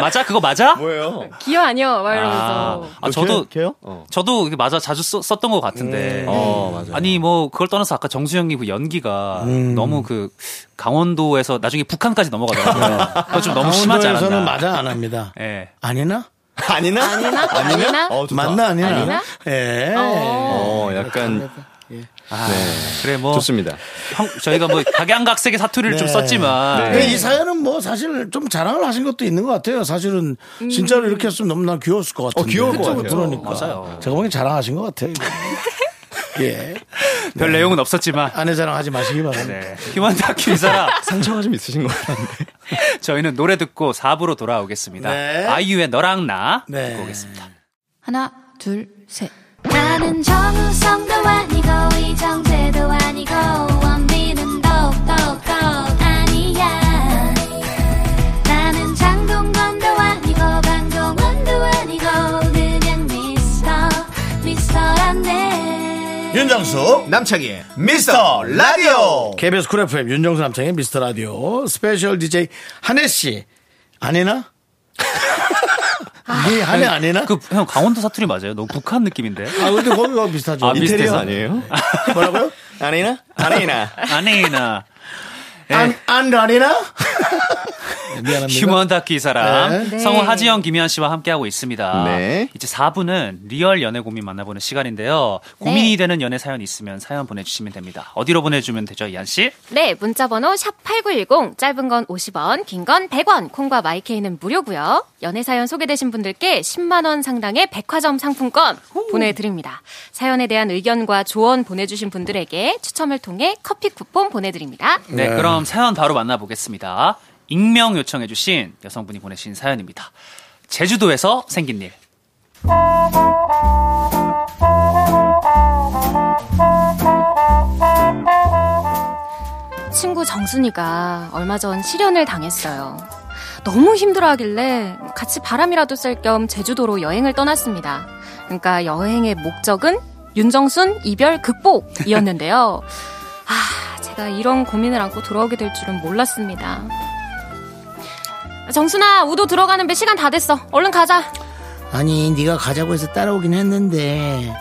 S2: 맞아? 그거 맞아?
S5: 뭐예요?
S12: 기어 아니요. 막 이러면서.
S2: 아, 아, 저도
S5: 개요? 어.
S2: 저도 이게 맞아 자주 써- 썼던 것 같은데.
S5: 어, 맞아요.
S2: 아니 뭐 그걸 떠나서 아까 정수영이 그 연기가
S1: 음.
S2: 너무 그 강원도에서 나중에 북한까지 넘어가더라고요. 그거 좀 너무 심하지 않았나?
S1: 음. 강원도에서는 맞아 안 합니다.
S2: 예.
S1: 아니나?
S5: 아니나?
S12: 아니나? 아니나?
S5: 어, 좋다.
S1: 맞나 아니나?
S12: 아니나?
S1: 예.
S5: 어, 약간
S2: 아,
S5: 네.
S2: 그래 뭐
S5: 좋습니다.
S2: 형, 저희가 뭐 각양각색의 사투리를 좀
S1: 네.
S2: 썼지만
S1: 근데 이 사연은 뭐 사실 좀 자랑을 하신 것도 있는 것 같아요. 사실은 진짜로 이렇게 했으면 너무나 귀여웠을 것
S2: 어,
S1: 같은데.
S5: 어, 귀여울 것
S1: 그쵸,
S5: 같아요.
S1: 그러니까.
S2: 맞아요.
S1: 제가 보기엔 자랑하신 것 같아요. 이거. 예.
S2: 별
S1: 네.
S2: 내용은 없었지만
S1: 아내 자랑하지 마시기 바랍니다.
S2: 네. 휴먼 다큐 이 사람
S5: 상처가 좀 있으신 것 같은데.
S2: 저희는 노래 듣고 4부로 돌아오겠습니다.
S1: 네.
S2: 아이유의 너랑 나 듣고 오겠습니다.
S10: 하나, 둘, 셋.
S6: 나는 정우성도 아니고 이정재도 아니고 원빈은 더욱더 아니야 나는 장동건도 아니고 강동원도 아니고 그냥 미스터 미스터란데
S1: 윤정수
S13: 남창희의 미스터 라디오
S1: KBS 쿨 FM 윤정수 남창의 미스터 라디오 스페셜 DJ 한혜 씨 아니나? 네 한혜 아니나?
S2: 그, 형, 강원도 사투리 맞아요? 너무 북한 느낌인데?
S1: 아 근데 거기가 비슷하죠.
S2: 아, 비슷해서? 인테리어
S5: 아니에요?
S1: 뭐라고요?
S5: 아니나? 아니나.
S2: 아니나.
S1: 안 안라니나? 네, 미안합니다.
S2: 휴먼 다큐 이 사람.
S12: 네. 네.
S2: 성우 하지영, 김희연 씨와 함께하고 있습니다.
S5: 네.
S2: 이제 4부는 리얼 연애 고민 만나보는 시간인데요.
S1: 네.
S2: 고민이 되는 연애 사연 있으면 사연 보내주시면 됩니다. 어디로 보내주면 되죠, 이한 씨?
S12: 네, 문자번호 샵8910, 짧은 건 50원, 긴 건 100원, 콩과 마이케이는 무료고요 연애사연 소개되신 분들께 10만원 상당의 백화점 상품권 보내드립니다. 사연에 대한 의견과 조언 보내주신 분들에게 추첨을 통해 커피 쿠폰 보내드립니다.
S2: 네, 그럼 사연 바로 만나보겠습니다. 익명 요청해주신 여성분이 보내신 사연입니다. 제주도에서 생긴 일.
S12: 친구 정순이가 얼마 전 실연을 당했어요. 너무 힘들어하길래 같이 바람이라도 쐴 겸 제주도로 여행을 떠났습니다. 그러니까 여행의 목적은 윤정순 이별 극복이었는데요. 아, 제가 이런 고민을 안고 돌아오게 될 줄은 몰랐습니다. 정순아, 우도 들어가는 배 시간 다 됐어. 얼른 가자.
S1: 아니 네가 가자고 해서 따라오긴 했는데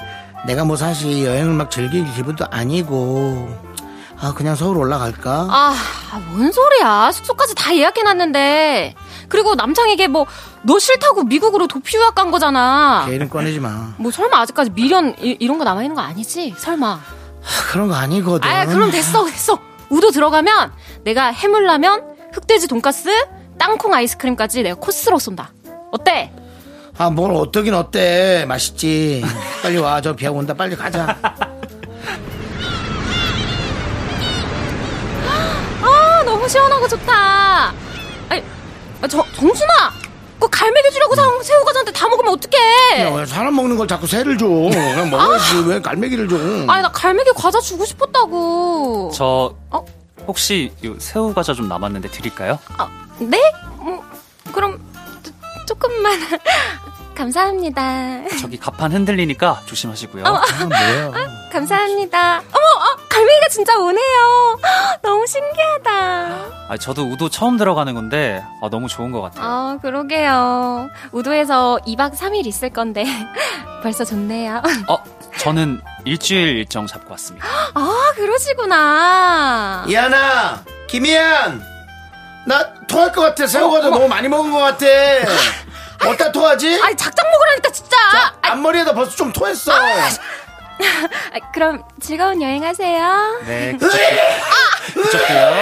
S1: 내가 뭐 사실 여행을 막 즐길 기분도 아니고 아 그냥 서울 올라갈까?
S12: 아, 뭔 소리야. 숙소까지 다 예약해놨는데. 그리고 남창에게 뭐, 너 싫다고 미국으로 도피 유학 간 거잖아.
S1: 걔 이름 꺼내지 마.
S12: 뭐 설마 아직까지 미련 이, 런거 남아 있는 거 아니지? 설마.
S1: 그런 거 아니거든.
S12: 아 그럼 됐어 됐어. 우도 들어가면 내가 해물라면, 흑돼지 돈가스, 땅콩 아이스크림까지 내가 코스로 쏜다. 어때?
S1: 아, 뭘 어떻긴 어때. 맛있지. 빨리 와. 저 비하고 온다. 빨리 가자.
S12: 아 너무 시원하고 좋다. 아니 아, 저 정순아, 그 갈매기 주려고 산 새우 과자한테 다 먹으면
S1: 야,
S12: 어떡해?
S1: 왜 사람 먹는 걸 자꾸 새를 줘. 그냥 먹어야지.
S12: 아.
S1: 왜 갈매기를 줘.
S12: 아니 나 갈매기 과자 주고 싶었다고.
S2: 저
S12: 어?
S2: 혹시 요 새우 과자 좀 남았는데 드릴까요?
S12: 아, 네? 뭐, 그럼 조- 조금만 감사합니다.
S2: 저기 갑판 흔들리니까 조심하시고요.
S12: 어. 아, 감사합니다. 어머, 어, 갈매기가 진짜 오네요. 너무 신기하다.
S2: 아, 저도 우도 처음 들어가는 건데 아, 너무 좋은 것 같아요.
S12: 아, 그러게요. 우도에서 2박 3일 있을 건데 벌써 좋네요.
S2: 어, 저는 일주일 일정 잡고 왔습니다.
S12: 아, 그러시구나. 아.
S1: 이하나, 김희안. 나 토할 것 같아. 새우과자 너무 많이 먹은 것 같아. 어디다 토하지?
S12: 어, 아니, 작작 먹으라니까 진짜.
S1: 앞머리에다 벌써 좀 토했어.
S12: 아, 그럼 즐거운 여행하세요.
S2: 네, 그쪽- 그쪽도요.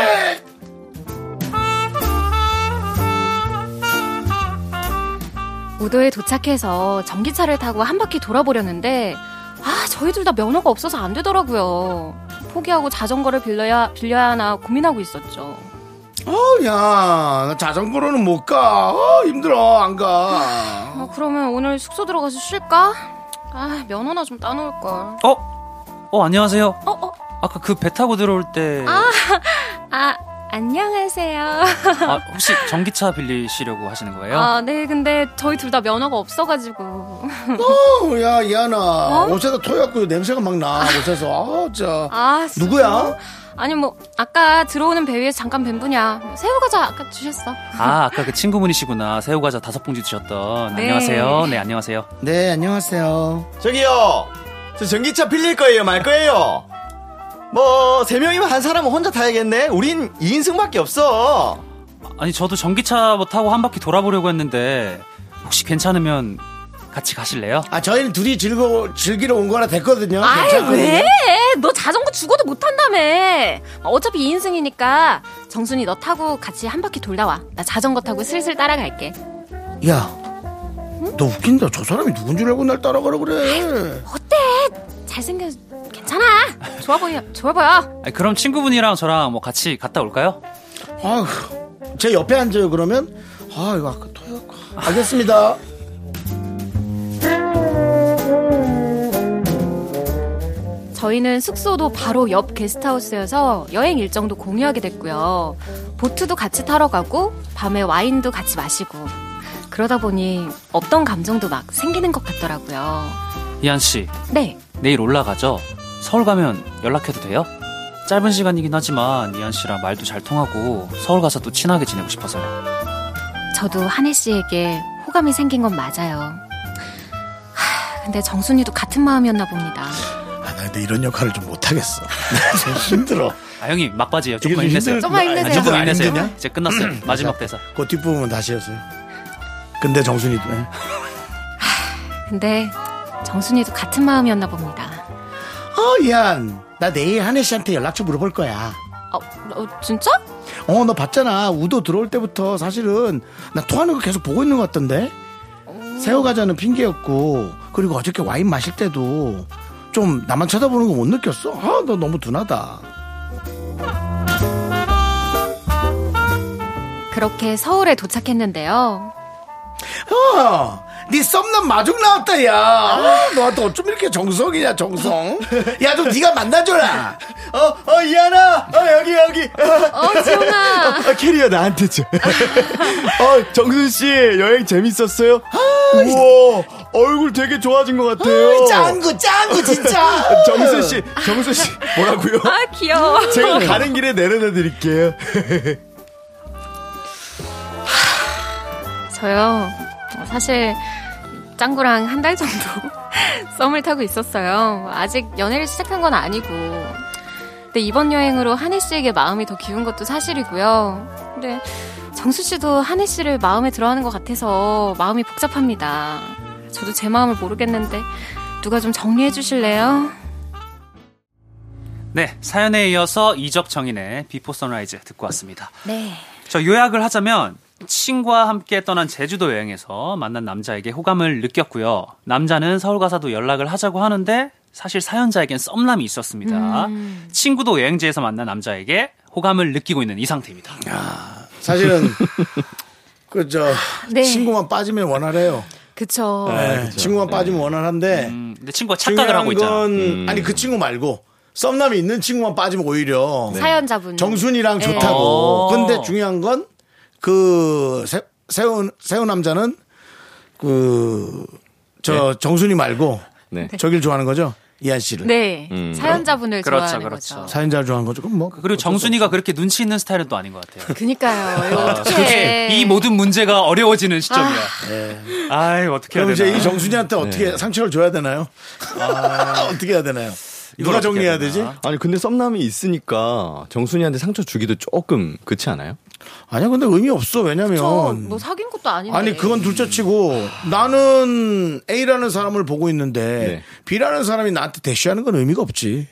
S12: 우도에 도착해서 전기차를 타고 한 바퀴 돌아보려는데 아 저희 둘 다 면허가 없어서 안 되더라고요. 포기하고 자전거를 빌려야 빌려야 하나 고민하고 있었죠.
S1: 어, 야, 나 자전거로는 못 가. 어, 힘들어. 안 가.
S12: 아, 그러면 오늘 숙소 들어가서 쉴까? 아 면허나 좀 따놓을 걸.
S2: 어, 어 안녕하세요.
S12: 어, 어.
S2: 아까 그 배 타고 들어올 때
S12: 아 안녕하세요.
S2: 아, 혹시 전기차 빌리시려고 하시는 거예요?
S12: 아 네 근데 저희 둘 다 면허가 없어가지고
S1: 어, 야, 이하나. 옷에다 토해갖고 냄새가 막 나. 옷에서. 아, 진짜.
S12: 아 진짜?
S1: 누구야?
S12: 아니 뭐 아까 들어오는 배 위에서 잠깐 뵌 분이야. 새우 과자 아까 주셨어.
S2: 아, 아까 그 친구분이시구나. 새우과자 다섯 봉지 드셨던.
S12: 네.
S2: 안녕하세요. 네, 안녕하세요.
S1: 네, 안녕하세요.
S5: 저기요. 저 전기차 빌릴 거예요, 말 거예요? 뭐, 세 명이면 한 사람은 혼자 타야겠네? 우린 2인승밖에 없어.
S2: 아니, 저도 전기차 뭐 타고 한 바퀴 돌아보려고 했는데, 혹시 괜찮으면 같이 가실래요?
S1: 아, 저희는 둘이 즐거, 즐기러 온 거라 됐거든요.
S12: 아이
S1: 괜찮거든요.
S12: 왜? 너 자전거 죽어도 못 탄다며. 아, 어차피 2인승이니까 정순이 너 타고 같이 한 바퀴 돌다 와. 나 자전거 타고 슬슬 따라갈게.
S1: 야, 너 웃긴다. 저 사람이 누군 줄 알고 날 따라가라 그래.
S12: 어때? 잘생겨 괜찮아. 좋아 보여. 좋아 보여.
S2: 아니, 그럼 친구분이랑 저랑 뭐 같이 갔다 올까요?
S1: 아휴, 제 옆에 앉아요 그러면 아 이거 아까 토요 알겠습니다
S12: 저희는 숙소도 바로 옆 게스트하우스여서 여행 일정도 공유하게 됐고요. 보트도 같이 타러 가고 밤에 와인도 같이 마시고 그러다 보니 없던 감정도 막 생기는 것 같더라고요.
S2: 이한 씨,
S12: 네,
S2: 내일 올라가죠? 서울 가면 연락해도 돼요? 짧은 시간이긴 하지만 이한 씨랑 말도 잘 통하고 서울 가서 또 친하게 지내고 싶어서요.
S12: 저도 한혜 씨에게 호감이 생긴 건 맞아요. 하, 근데 정순이도 같은 마음이었나 봅니다.
S1: 아, 나 근데 이런 역할을 좀 못하겠어 힘들어
S2: 아 형님 막바지예요.
S1: 이게
S2: 조금만
S1: 좀
S2: 힘내세요.
S1: 힘들- 조금만
S2: 아니,
S1: 힘내세요.
S2: 조금 힘내세요.
S1: 힘드냐?
S2: 이제 끝났어요. 마지막
S1: 자,
S2: 대사.
S1: 그 뒷부분 다시 했어요 근데 정순이도 예.
S12: 근데 정순이도 같은 마음이었나 봅니다.
S1: 어 이한 나 내일 한혜 씨한테 연락처 물어볼 거야
S12: 어, 어, 진짜?
S1: 어 너 봤잖아 우도 들어올 때부터 사실은 나 토하는 거 계속 보고 있는 것 같던데 새우 과자는 핑계였고 그리고 어저께 와인 마실 때도 좀 나만 쳐다보는 거 못 느꼈어 아 너 너무 둔하다
S12: 그렇게 서울에 도착했는데요.
S1: 어, 네 썸남 마중 나왔다, 야.
S12: 아.
S1: 어, 너한테 어쩜 이렇게 정성이냐, 정성. 야, 좀 네가 만나줘라. 어, 어, 이하나. 어, 여기, 여기.
S12: 어, 지훈아.
S5: 아, 캐리어 나한테 줘. 어, 정순 씨 여행 재밌었어요? 아,
S12: 음.
S5: 우와, 얼굴 되게 좋아진 것 같아요.
S12: 어,
S1: 아이, 짱구, 짱구, 진짜.
S5: 정순 씨, 정순 씨 뭐라고요?
S12: 아, 귀여워.
S5: 제가 가는 길에 내려다 드릴게요.
S12: 저요. 어, 사실 짱구랑 한 달 정도 썸을 타고 있었어요. 아직 연애를 시작한 건 아니고. 근데 이번 여행으로 한혜 씨에게 마음이 더 기운 것도 사실이고요. 근데 정수 씨도 한혜 씨를 마음에 들어하는 것 같아서 마음이 복잡합니다. 저도 제 마음을 모르겠는데 누가 좀 정리해 주실래요?
S2: 네, 사연에 이어서 이적 정인의 비포 선라이즈 듣고 왔습니다.
S12: 네.
S2: 저 요약을 하자면 친구와 함께 떠난 제주도 여행에서 만난 남자에게 호감을 느꼈고요. 남자는 서울 가서도 연락을 하자고 하는데 사실 사연자에겐 썸남이 있었습니다.
S1: 음.
S2: 친구도 여행지에서 만난 남자에게 호감을 느끼고 있는 이 상태입니다.
S1: 사실은, 그, 저,
S12: 네.
S1: 친구만 빠지면 원활해요.
S12: 그쵸.
S1: 네, 친구만 빠지면 원활한데.
S5: 음,
S2: 근데 친구가 착각을 음. 하고 있잖아. 음.
S1: 중요한 건, 아니, 그 친구 말고. 썸남이 있는 친구만 빠지면 오히려.
S2: 네.
S12: 사연자분.
S1: 정순이랑
S12: 네.
S1: 좋다고.
S2: 어.
S1: 근데 중요한 건그 새우 새우 남자는 그, 그저
S2: 네.
S1: 정순이 말고
S5: 네.
S1: 저길 좋아하는 거죠 이한 씨를
S12: 네.
S5: 음.
S12: 사연자분을
S2: 그렇죠,
S12: 좋아하는
S2: 그렇죠.
S12: 거죠.
S1: 사연자를 좋아하는 거죠. 그럼 뭐
S2: 그리고 정순이가 그렇게 눈치 있는 스타일은 또 아닌 것 같아요.
S12: 네. 어, 그니까요. 이거
S2: 그게
S12: 어떡해.
S2: 이 모든 문제가 어려워지는 시점이야.
S1: 예.
S2: 아, 이 어떻게 해야 되나? 네.
S1: 그럼 이제 이 정순이한테 어떻게 상처를 줘야 되나요? 어떻게 해야 되나요?
S2: 아. 이걸
S1: 누가
S2: 어떻게
S1: 정리해야
S2: 해야
S1: 되지?
S2: 되나?
S5: 아니 근데 썸남이 있으니까 정순이한테 상처 주기도 조금 그렇지 않아요?
S1: 아니야 근데 의미 없어 왜냐면
S12: 저뭐 사귄 것도 아닌데.
S1: 아니 그건 둘째치고 나는 A라는 사람을 보고 있는데
S5: 네.
S1: B라는 사람이 나한테 대시하는 건 의미가 없지.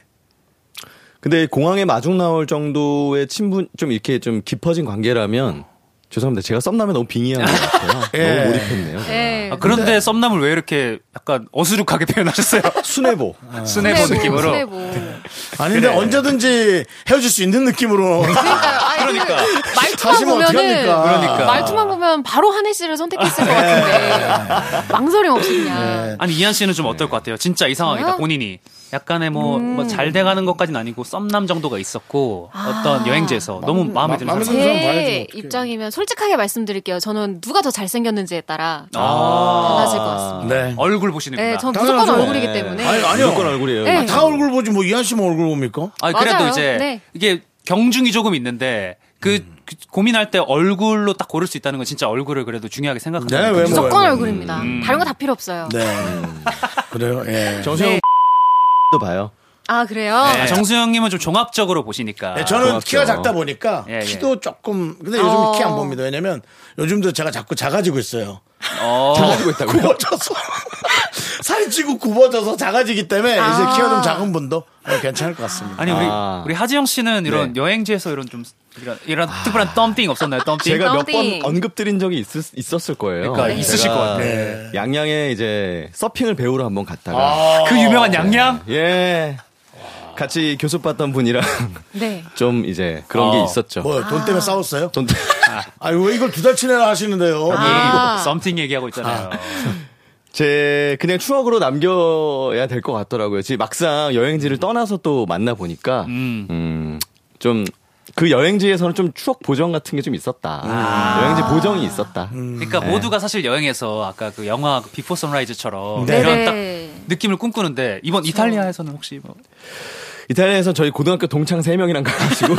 S5: 근데 공항에 마중 나올 정도의 친분 좀 이렇게 좀 깊어진 관계라면 죄송합니다. 제가 썸남에 너무 빙의한 것 같아요.
S1: 예.
S5: 너무 몰입했네요.
S12: 네.
S2: 아, 그런데 썸남을 왜 이렇게 약간 어수룩하게 표현하셨어요?
S5: 순애보.
S2: 스네보 느낌으로.
S12: 스네보.
S1: 아닌데 언제든지 헤어질 수 있는 느낌으로
S12: 그러니까. 말투만
S1: 다시면
S12: 보면은
S1: 어떡합니까? 그러니까.
S12: 말투만 보면 바로 한혜 씨를 선택했을 것 같은데 망설임 없이
S1: 네.
S12: 그냥.
S2: 아니 이한 씨는 좀 어떨 것 같아요? 진짜 이 상황이다
S12: 저요?
S2: 본인이 약간의 뭐
S12: 음.
S2: 잘 돼가는 것까지는 아니고 썸남 정도가 있었고
S12: 아.
S2: 어떤 여행지에서 너무 마음에 드는
S1: 마음에
S2: 사람.
S1: 그럼 봐야지,
S12: 네. 제
S1: 어떡해.
S12: 입장이면 솔직하게 말씀드릴게요. 저는 누가 더 잘생겼는지에 따라
S2: 아.
S12: 달라질 것 같습니다.
S1: 네.
S2: 얼굴 보시는구나.
S12: 네, 전
S1: 당연하죠.
S12: 무조건 얼굴이기 때문에.
S1: 아니, 아니요.
S5: 무조건 얼굴이에요.
S12: 네.
S1: 다 얼굴 보지 뭐 이한 씨만 얼굴 봅니까?
S2: 아 그래도
S12: 맞아요.
S2: 이제
S12: 네.
S2: 이게 경중이 조금 있는데 그,
S1: 음.
S2: 그 고민할 때 얼굴로 딱 고를 수 있다는 건 진짜 얼굴을 그래도 중요하게 생각하는
S1: 네,
S2: 거예요.
S1: 외모. 음.
S12: 무조건 얼굴입니다. 다른 거 다 필요 없어요.
S1: 네. 그래요. 예.
S5: 정세영 도 봐요.
S12: 아 그래요?
S2: 네. 아, 정수영님은 좀 종합적으로 보시니까.
S1: 네, 저는
S5: 고맙죠.
S1: 키가 작다 보니까
S2: 예, 예.
S1: 키도 조금 근데 요즘
S12: 어.
S1: 키 안 봅니다. 왜냐면 요즘도 제가 자꾸 작아지고 있어요.
S2: 어,
S5: 가지고 있다고요?
S1: 굽어져서 살이 찌고 굽어져서 작아지기 때문에 이제 키가 좀 작은 분도 예, 괜찮을 것 같습니다.
S2: 아니 우리
S5: 아.
S2: 우리 하지영 씨는 이런 여행지에서 이런 좀 이런, 이런
S5: 아.
S2: 특별한 덤띵 없었나요? 덤띵.
S5: 제가 몇 번
S12: 덩띵.
S5: 언급드린 적이 있었을 거예요.
S2: 그러니까
S5: 제가 예.
S2: 있으실 것 같아요.
S1: 네.
S2: 아.
S5: 양양에 이제 서핑을 배우러 한번 갔다가
S2: 그 유명한 양양?
S5: 예. 같이 교습받던 분이랑
S12: 네.
S5: 좀 이제 그런
S2: 어.
S5: 게 있었죠.
S1: 뭐요? 돈 때문에 싸웠어요?
S5: 돈 때-
S1: 아니 왜 이걸 두 달치내나 하시는데요?
S2: 아. 썸띵 얘기하고 있잖아요.
S5: 제 그냥 추억으로 남겨야 될 것 같더라고요. 지금 막상
S1: 음.
S5: 여행지를 떠나서 또 만나 보니까 음 좀 그 여행지에서는 좀 추억 보정 같은 게 좀 있었다.
S1: 아.
S5: 여행지 보정이 있었다.
S1: 음.
S2: 그러니까
S5: 네.
S2: 모두가 사실 여행에서 아까 그 영화 그 비포 선라이즈처럼
S5: 네.
S2: 이런 딱
S12: 네.
S2: 느낌을 꿈꾸는데 이번
S1: 그렇죠.
S2: 이탈리아에서는 혹시 뭐
S5: 이탈리아에서 저희 고등학교 동창 3명이랑 가가지고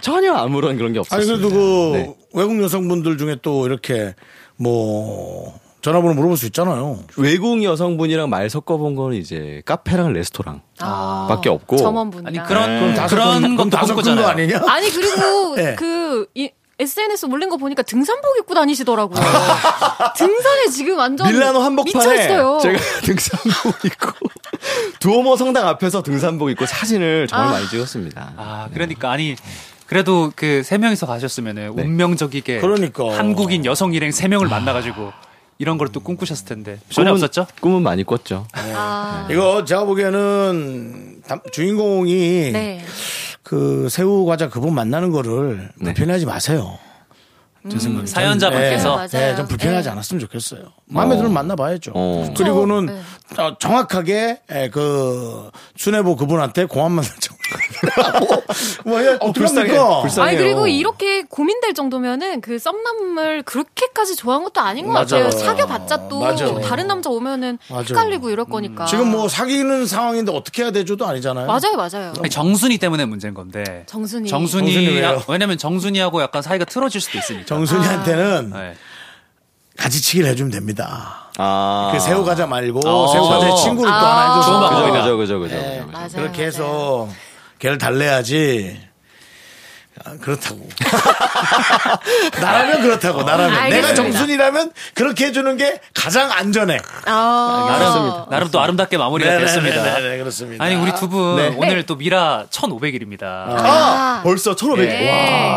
S5: 전혀 아무런 그런 게
S1: 아니
S5: 없었어요.
S1: 그래도 그
S5: 네.
S1: 외국 여성분들 중에 또 이렇게 뭐 전화번호 물어볼 수 있잖아요.
S5: 외국 여성분이랑 말 섞어본 건 이제 카페랑 레스토랑
S12: 아.
S5: 밖에 없고. 네.
S12: 점원분이랑.
S2: 아니 그런
S1: 다섯 건-
S2: 그런
S1: 그럼
S2: 것도
S1: 다섯 건거
S2: 꿈꾸잖아요.
S1: 아니냐?
S12: 아니 그리고
S1: 네.
S12: 그 이, SNS 올린 거 보니까 등산복 입고 다니시더라고요.
S1: 아.
S12: 등산에 지금 완전
S5: 밀라노 한복판에
S12: 미쳐있어요.
S5: 제가 등산복 입고 두오모 성당 앞에서 등산복 입고 사진을 정말
S12: 아.
S5: 많이 찍었습니다. 네.
S2: 아 그러니까 아니 그래도 그 세 명이서 가셨으면은
S5: 네.
S2: 운명적이게
S1: 그러니까.
S2: 한국인 여성 일행 세
S5: 아.
S2: 명을 만나가지고 이런 걸 또 꿈꾸셨을 텐데 전혀
S5: 꿈은-
S2: 없었죠?
S5: 꿈은 많이 꿨죠.
S2: 네.
S12: 아,
S1: 이거 제가 보기에는 담- 주인공이
S12: 네.
S1: 그 새우 과자 그분 만나는 거를
S5: 네.
S1: 불편하지 마세요.
S2: 음, 사연자분께서
S12: 맞아요.
S1: 네, 좀 불편하지
S12: 음. 네.
S1: 않았으면 좋겠어요. 마음에 들면 만나봐야죠.
S5: 어.
S1: 그리고는
S12: 그렇죠.
S1: 어, 정확하게 에, 그 순애보 그분한테 공항만 정하고 뭐 해야 어,
S5: 불쌍해,
S1: 불쌍니까
S5: 불쌍해.
S12: 아니
S5: 이상해요.
S12: 그리고 이렇게 고민될 정도면은 그 썸남을 그렇게까지 좋아한 것도 아닌 것
S1: 맞아요.
S12: 같아요. 사귀어봤자 또
S1: 맞아요.
S12: 다른 남자 오면은
S1: 맞아요.
S12: 헷갈리고 이럴 거니까.
S1: 지금 뭐 사귀는 상황인데 어떻게 해야 되죠도 아니잖아요. 어,
S12: 맞아요, 맞아요.
S2: 아니, 정순이 때문에 문제인 건데
S12: 정순이.
S2: 정순이
S1: 정순이 왜요?
S2: 왜냐면 정순이하고 약간 사이가 틀어질 수도 있으니까.
S12: 아.
S1: 정순이한테는
S2: 네.
S1: 같이 치기를 해주면 됩니다.
S5: 아. 어.
S1: 그 새우 과자 말고
S2: 아.
S1: 새우 과자 친구를 또 하나 해줘서
S2: 좋은
S5: 그죠,
S2: 방법이다.
S5: 그죠, 그죠, 그죠. 그죠.
S12: 맞아요,
S1: 그렇게
S12: 맞아요.
S5: 어,
S1: 해서 걔를 달래야지. 아, 그렇다고. 나라면 그렇다고. 나라면 내가
S12: 알겠습니다.
S1: 정순이라면 그렇게 해주는 게 가장 안전해.
S12: 아,
S2: 나름 나름 또 아름답게 마무리가 됐습니다.
S1: 네, 네, 네, 그렇습니다.
S2: 아니 우리 두 분
S1: 네.
S2: 오늘 또 미라 1,500일입니다.
S5: 아, 벌써 1,500.
S12: 네.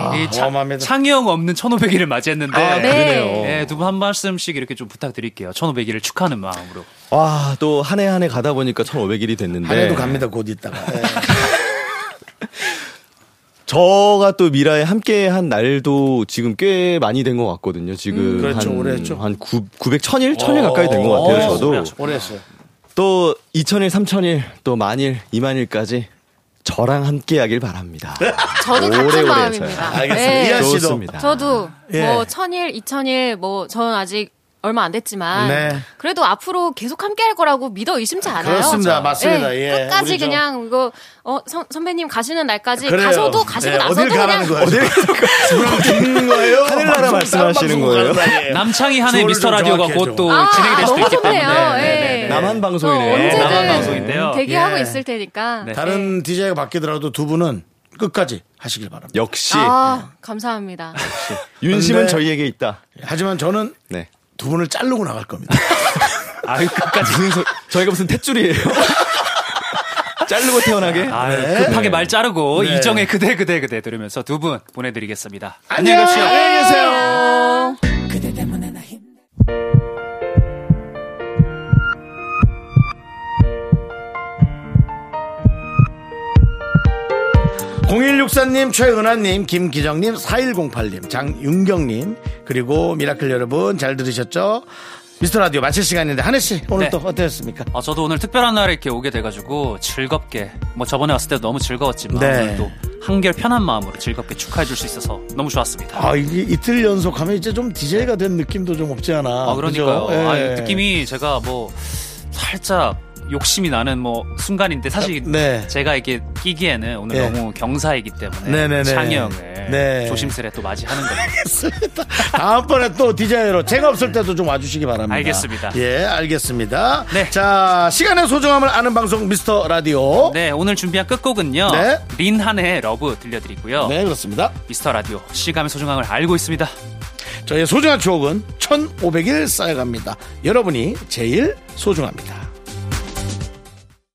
S5: 와.
S2: 예. 이 차,
S1: 어마어마합니다.
S2: 창영 없는 1,500일을 맞이했는데 예,
S5: 아,
S12: 네.
S5: 그러네요.
S2: 두 분 한 말씀씩 이렇게 좀 부탁드릴게요. 1,500일을 축하하는 마음으로.
S5: 와, 또 한 해 한 해 가다 보니까 1,500일이 됐는데.
S1: 한해도 갑니다. 곧 있다가. 네.
S5: 저가 또 미라에 함께 한 날도 지금 꽤 많이 된 것 같거든요. 지금
S1: 음, 그렇죠.
S5: 한,
S1: 오래 했죠.
S5: 한 9, 900, 1000일? 1000일 가까이 된 것 같아요.
S1: 오,
S5: 저도.
S1: 오래 어, 했어요.
S5: 또 2000일, 3000일, 또 만일, 2만일까지 저랑 함께 하길 바랍니다.
S12: 저도
S5: 오래오래
S12: 같은
S5: 해서요.
S12: 마음입니다.
S1: 알겠습니다.
S12: 네.
S1: 이한 씨도.
S5: 좋습니다.
S12: 저도
S1: 예.
S12: 뭐 천일, 이천일 뭐 저는 아직 얼마 안 됐지만
S1: 네.
S12: 그래도 앞으로 계속 함께할 거라고 믿어 의심치 않아요.
S1: 그렇습니다. 맞습니다. 예.
S12: 끝까지
S1: 우리 저-
S12: 그냥 이거 어, 선, 선배님 가시는 날까지
S1: 그래요.
S12: 가서도 가시고
S1: 네,
S12: 나서도
S1: 어딜 가라는
S12: 그냥
S1: 거예요? 어딜 가는 거예요?
S5: 하늘나라 말씀하시는 거예요?
S2: 남창희 한해
S1: 저를
S2: 미스터
S1: 좀
S2: 라디오가
S1: 정확히
S2: 곧
S1: 해줘.
S2: 또
S12: 아,
S2: 진행이 될 수도
S12: 너무
S2: 있기
S12: 좋네요.
S2: 때문에
S12: 예.
S5: 남한
S12: 또
S5: 방송이네요.
S12: 언제든 음,
S2: 남한 방송인데요.
S12: 대기하고
S1: 예.
S12: 있을 테니까
S2: 네.
S1: 다른 DJ가 바뀌더라도 두 분은 끝까지 하시길 바랍니다.
S5: 역시,
S12: 아 감사합니다.
S5: 윤심은
S1: 근데-
S5: 저희에게 있다.
S1: 하지만 저는
S5: 네.
S1: 두 분을 자르고 나갈 겁니다.
S5: 아유, 끝까지. 무슨 소- 저희가 무슨 탯줄이에요? 자르고 태어나게?
S2: 아유,
S1: 네.
S2: 급하게 말 자르고
S1: 네.
S2: 이정의 그대 그대 그대 들으면서 두 분 보내드리겠습니다.
S1: 안녕히 가십시오. 안녕히 계세요. 공일육사님 최은하님, 김기정님, 4108님, 장윤경님, 그리고 미라클 여러분 잘 들으셨죠? 미스터 라디오 마칠 시간인데, 한혜씨, 오늘
S2: 네.
S1: 또 어떠셨습니까?
S2: 아, 저도 오늘 특별한 날에 이렇게 오게 돼가지고 즐겁게 뭐 저번에 왔을 때도 너무 즐거웠지만
S1: 네.
S2: 오늘 또 한결 편한 마음으로 즐겁게 축하해 줄 수 있어서 너무 좋았습니다.
S1: 아, 이게 이틀 연속하면 이제 좀 DJ가 된 느낌도 좀 없지 않아.
S2: 아, 그러니까요.
S1: 그죠?
S2: 아,
S1: 예.
S2: 느낌이 제가 뭐 살짝 욕심이 나는 뭐 순간인데 사실
S1: 네.
S2: 제가 이게 끼기에는 오늘
S1: 예.
S2: 너무 경사이기 때문에
S1: 네네네.
S2: 창영을
S1: 네.
S2: 조심스레 또 맞이하는 겁니다.
S1: 알겠습니다. 다음번에 또 DJ로 제가 없을 때도 좀 와주시기 바랍니다.
S2: 알겠습니다.
S1: 예, 알겠습니다.
S2: 네.
S1: 자, 시간의 소중함을 아는 방송 미스터 라디오.
S2: 네, 오늘 준비한 끝곡은요.
S1: 어? 네.
S2: 린한의 러브 들려드리고요.
S1: 네, 그렇습니다.
S2: 미스터 라디오 시감의 소중함을 알고 있습니다.
S1: 저의 소중한 추억은 1500일 쌓여갑니다. 여러분이 제일 소중합니다.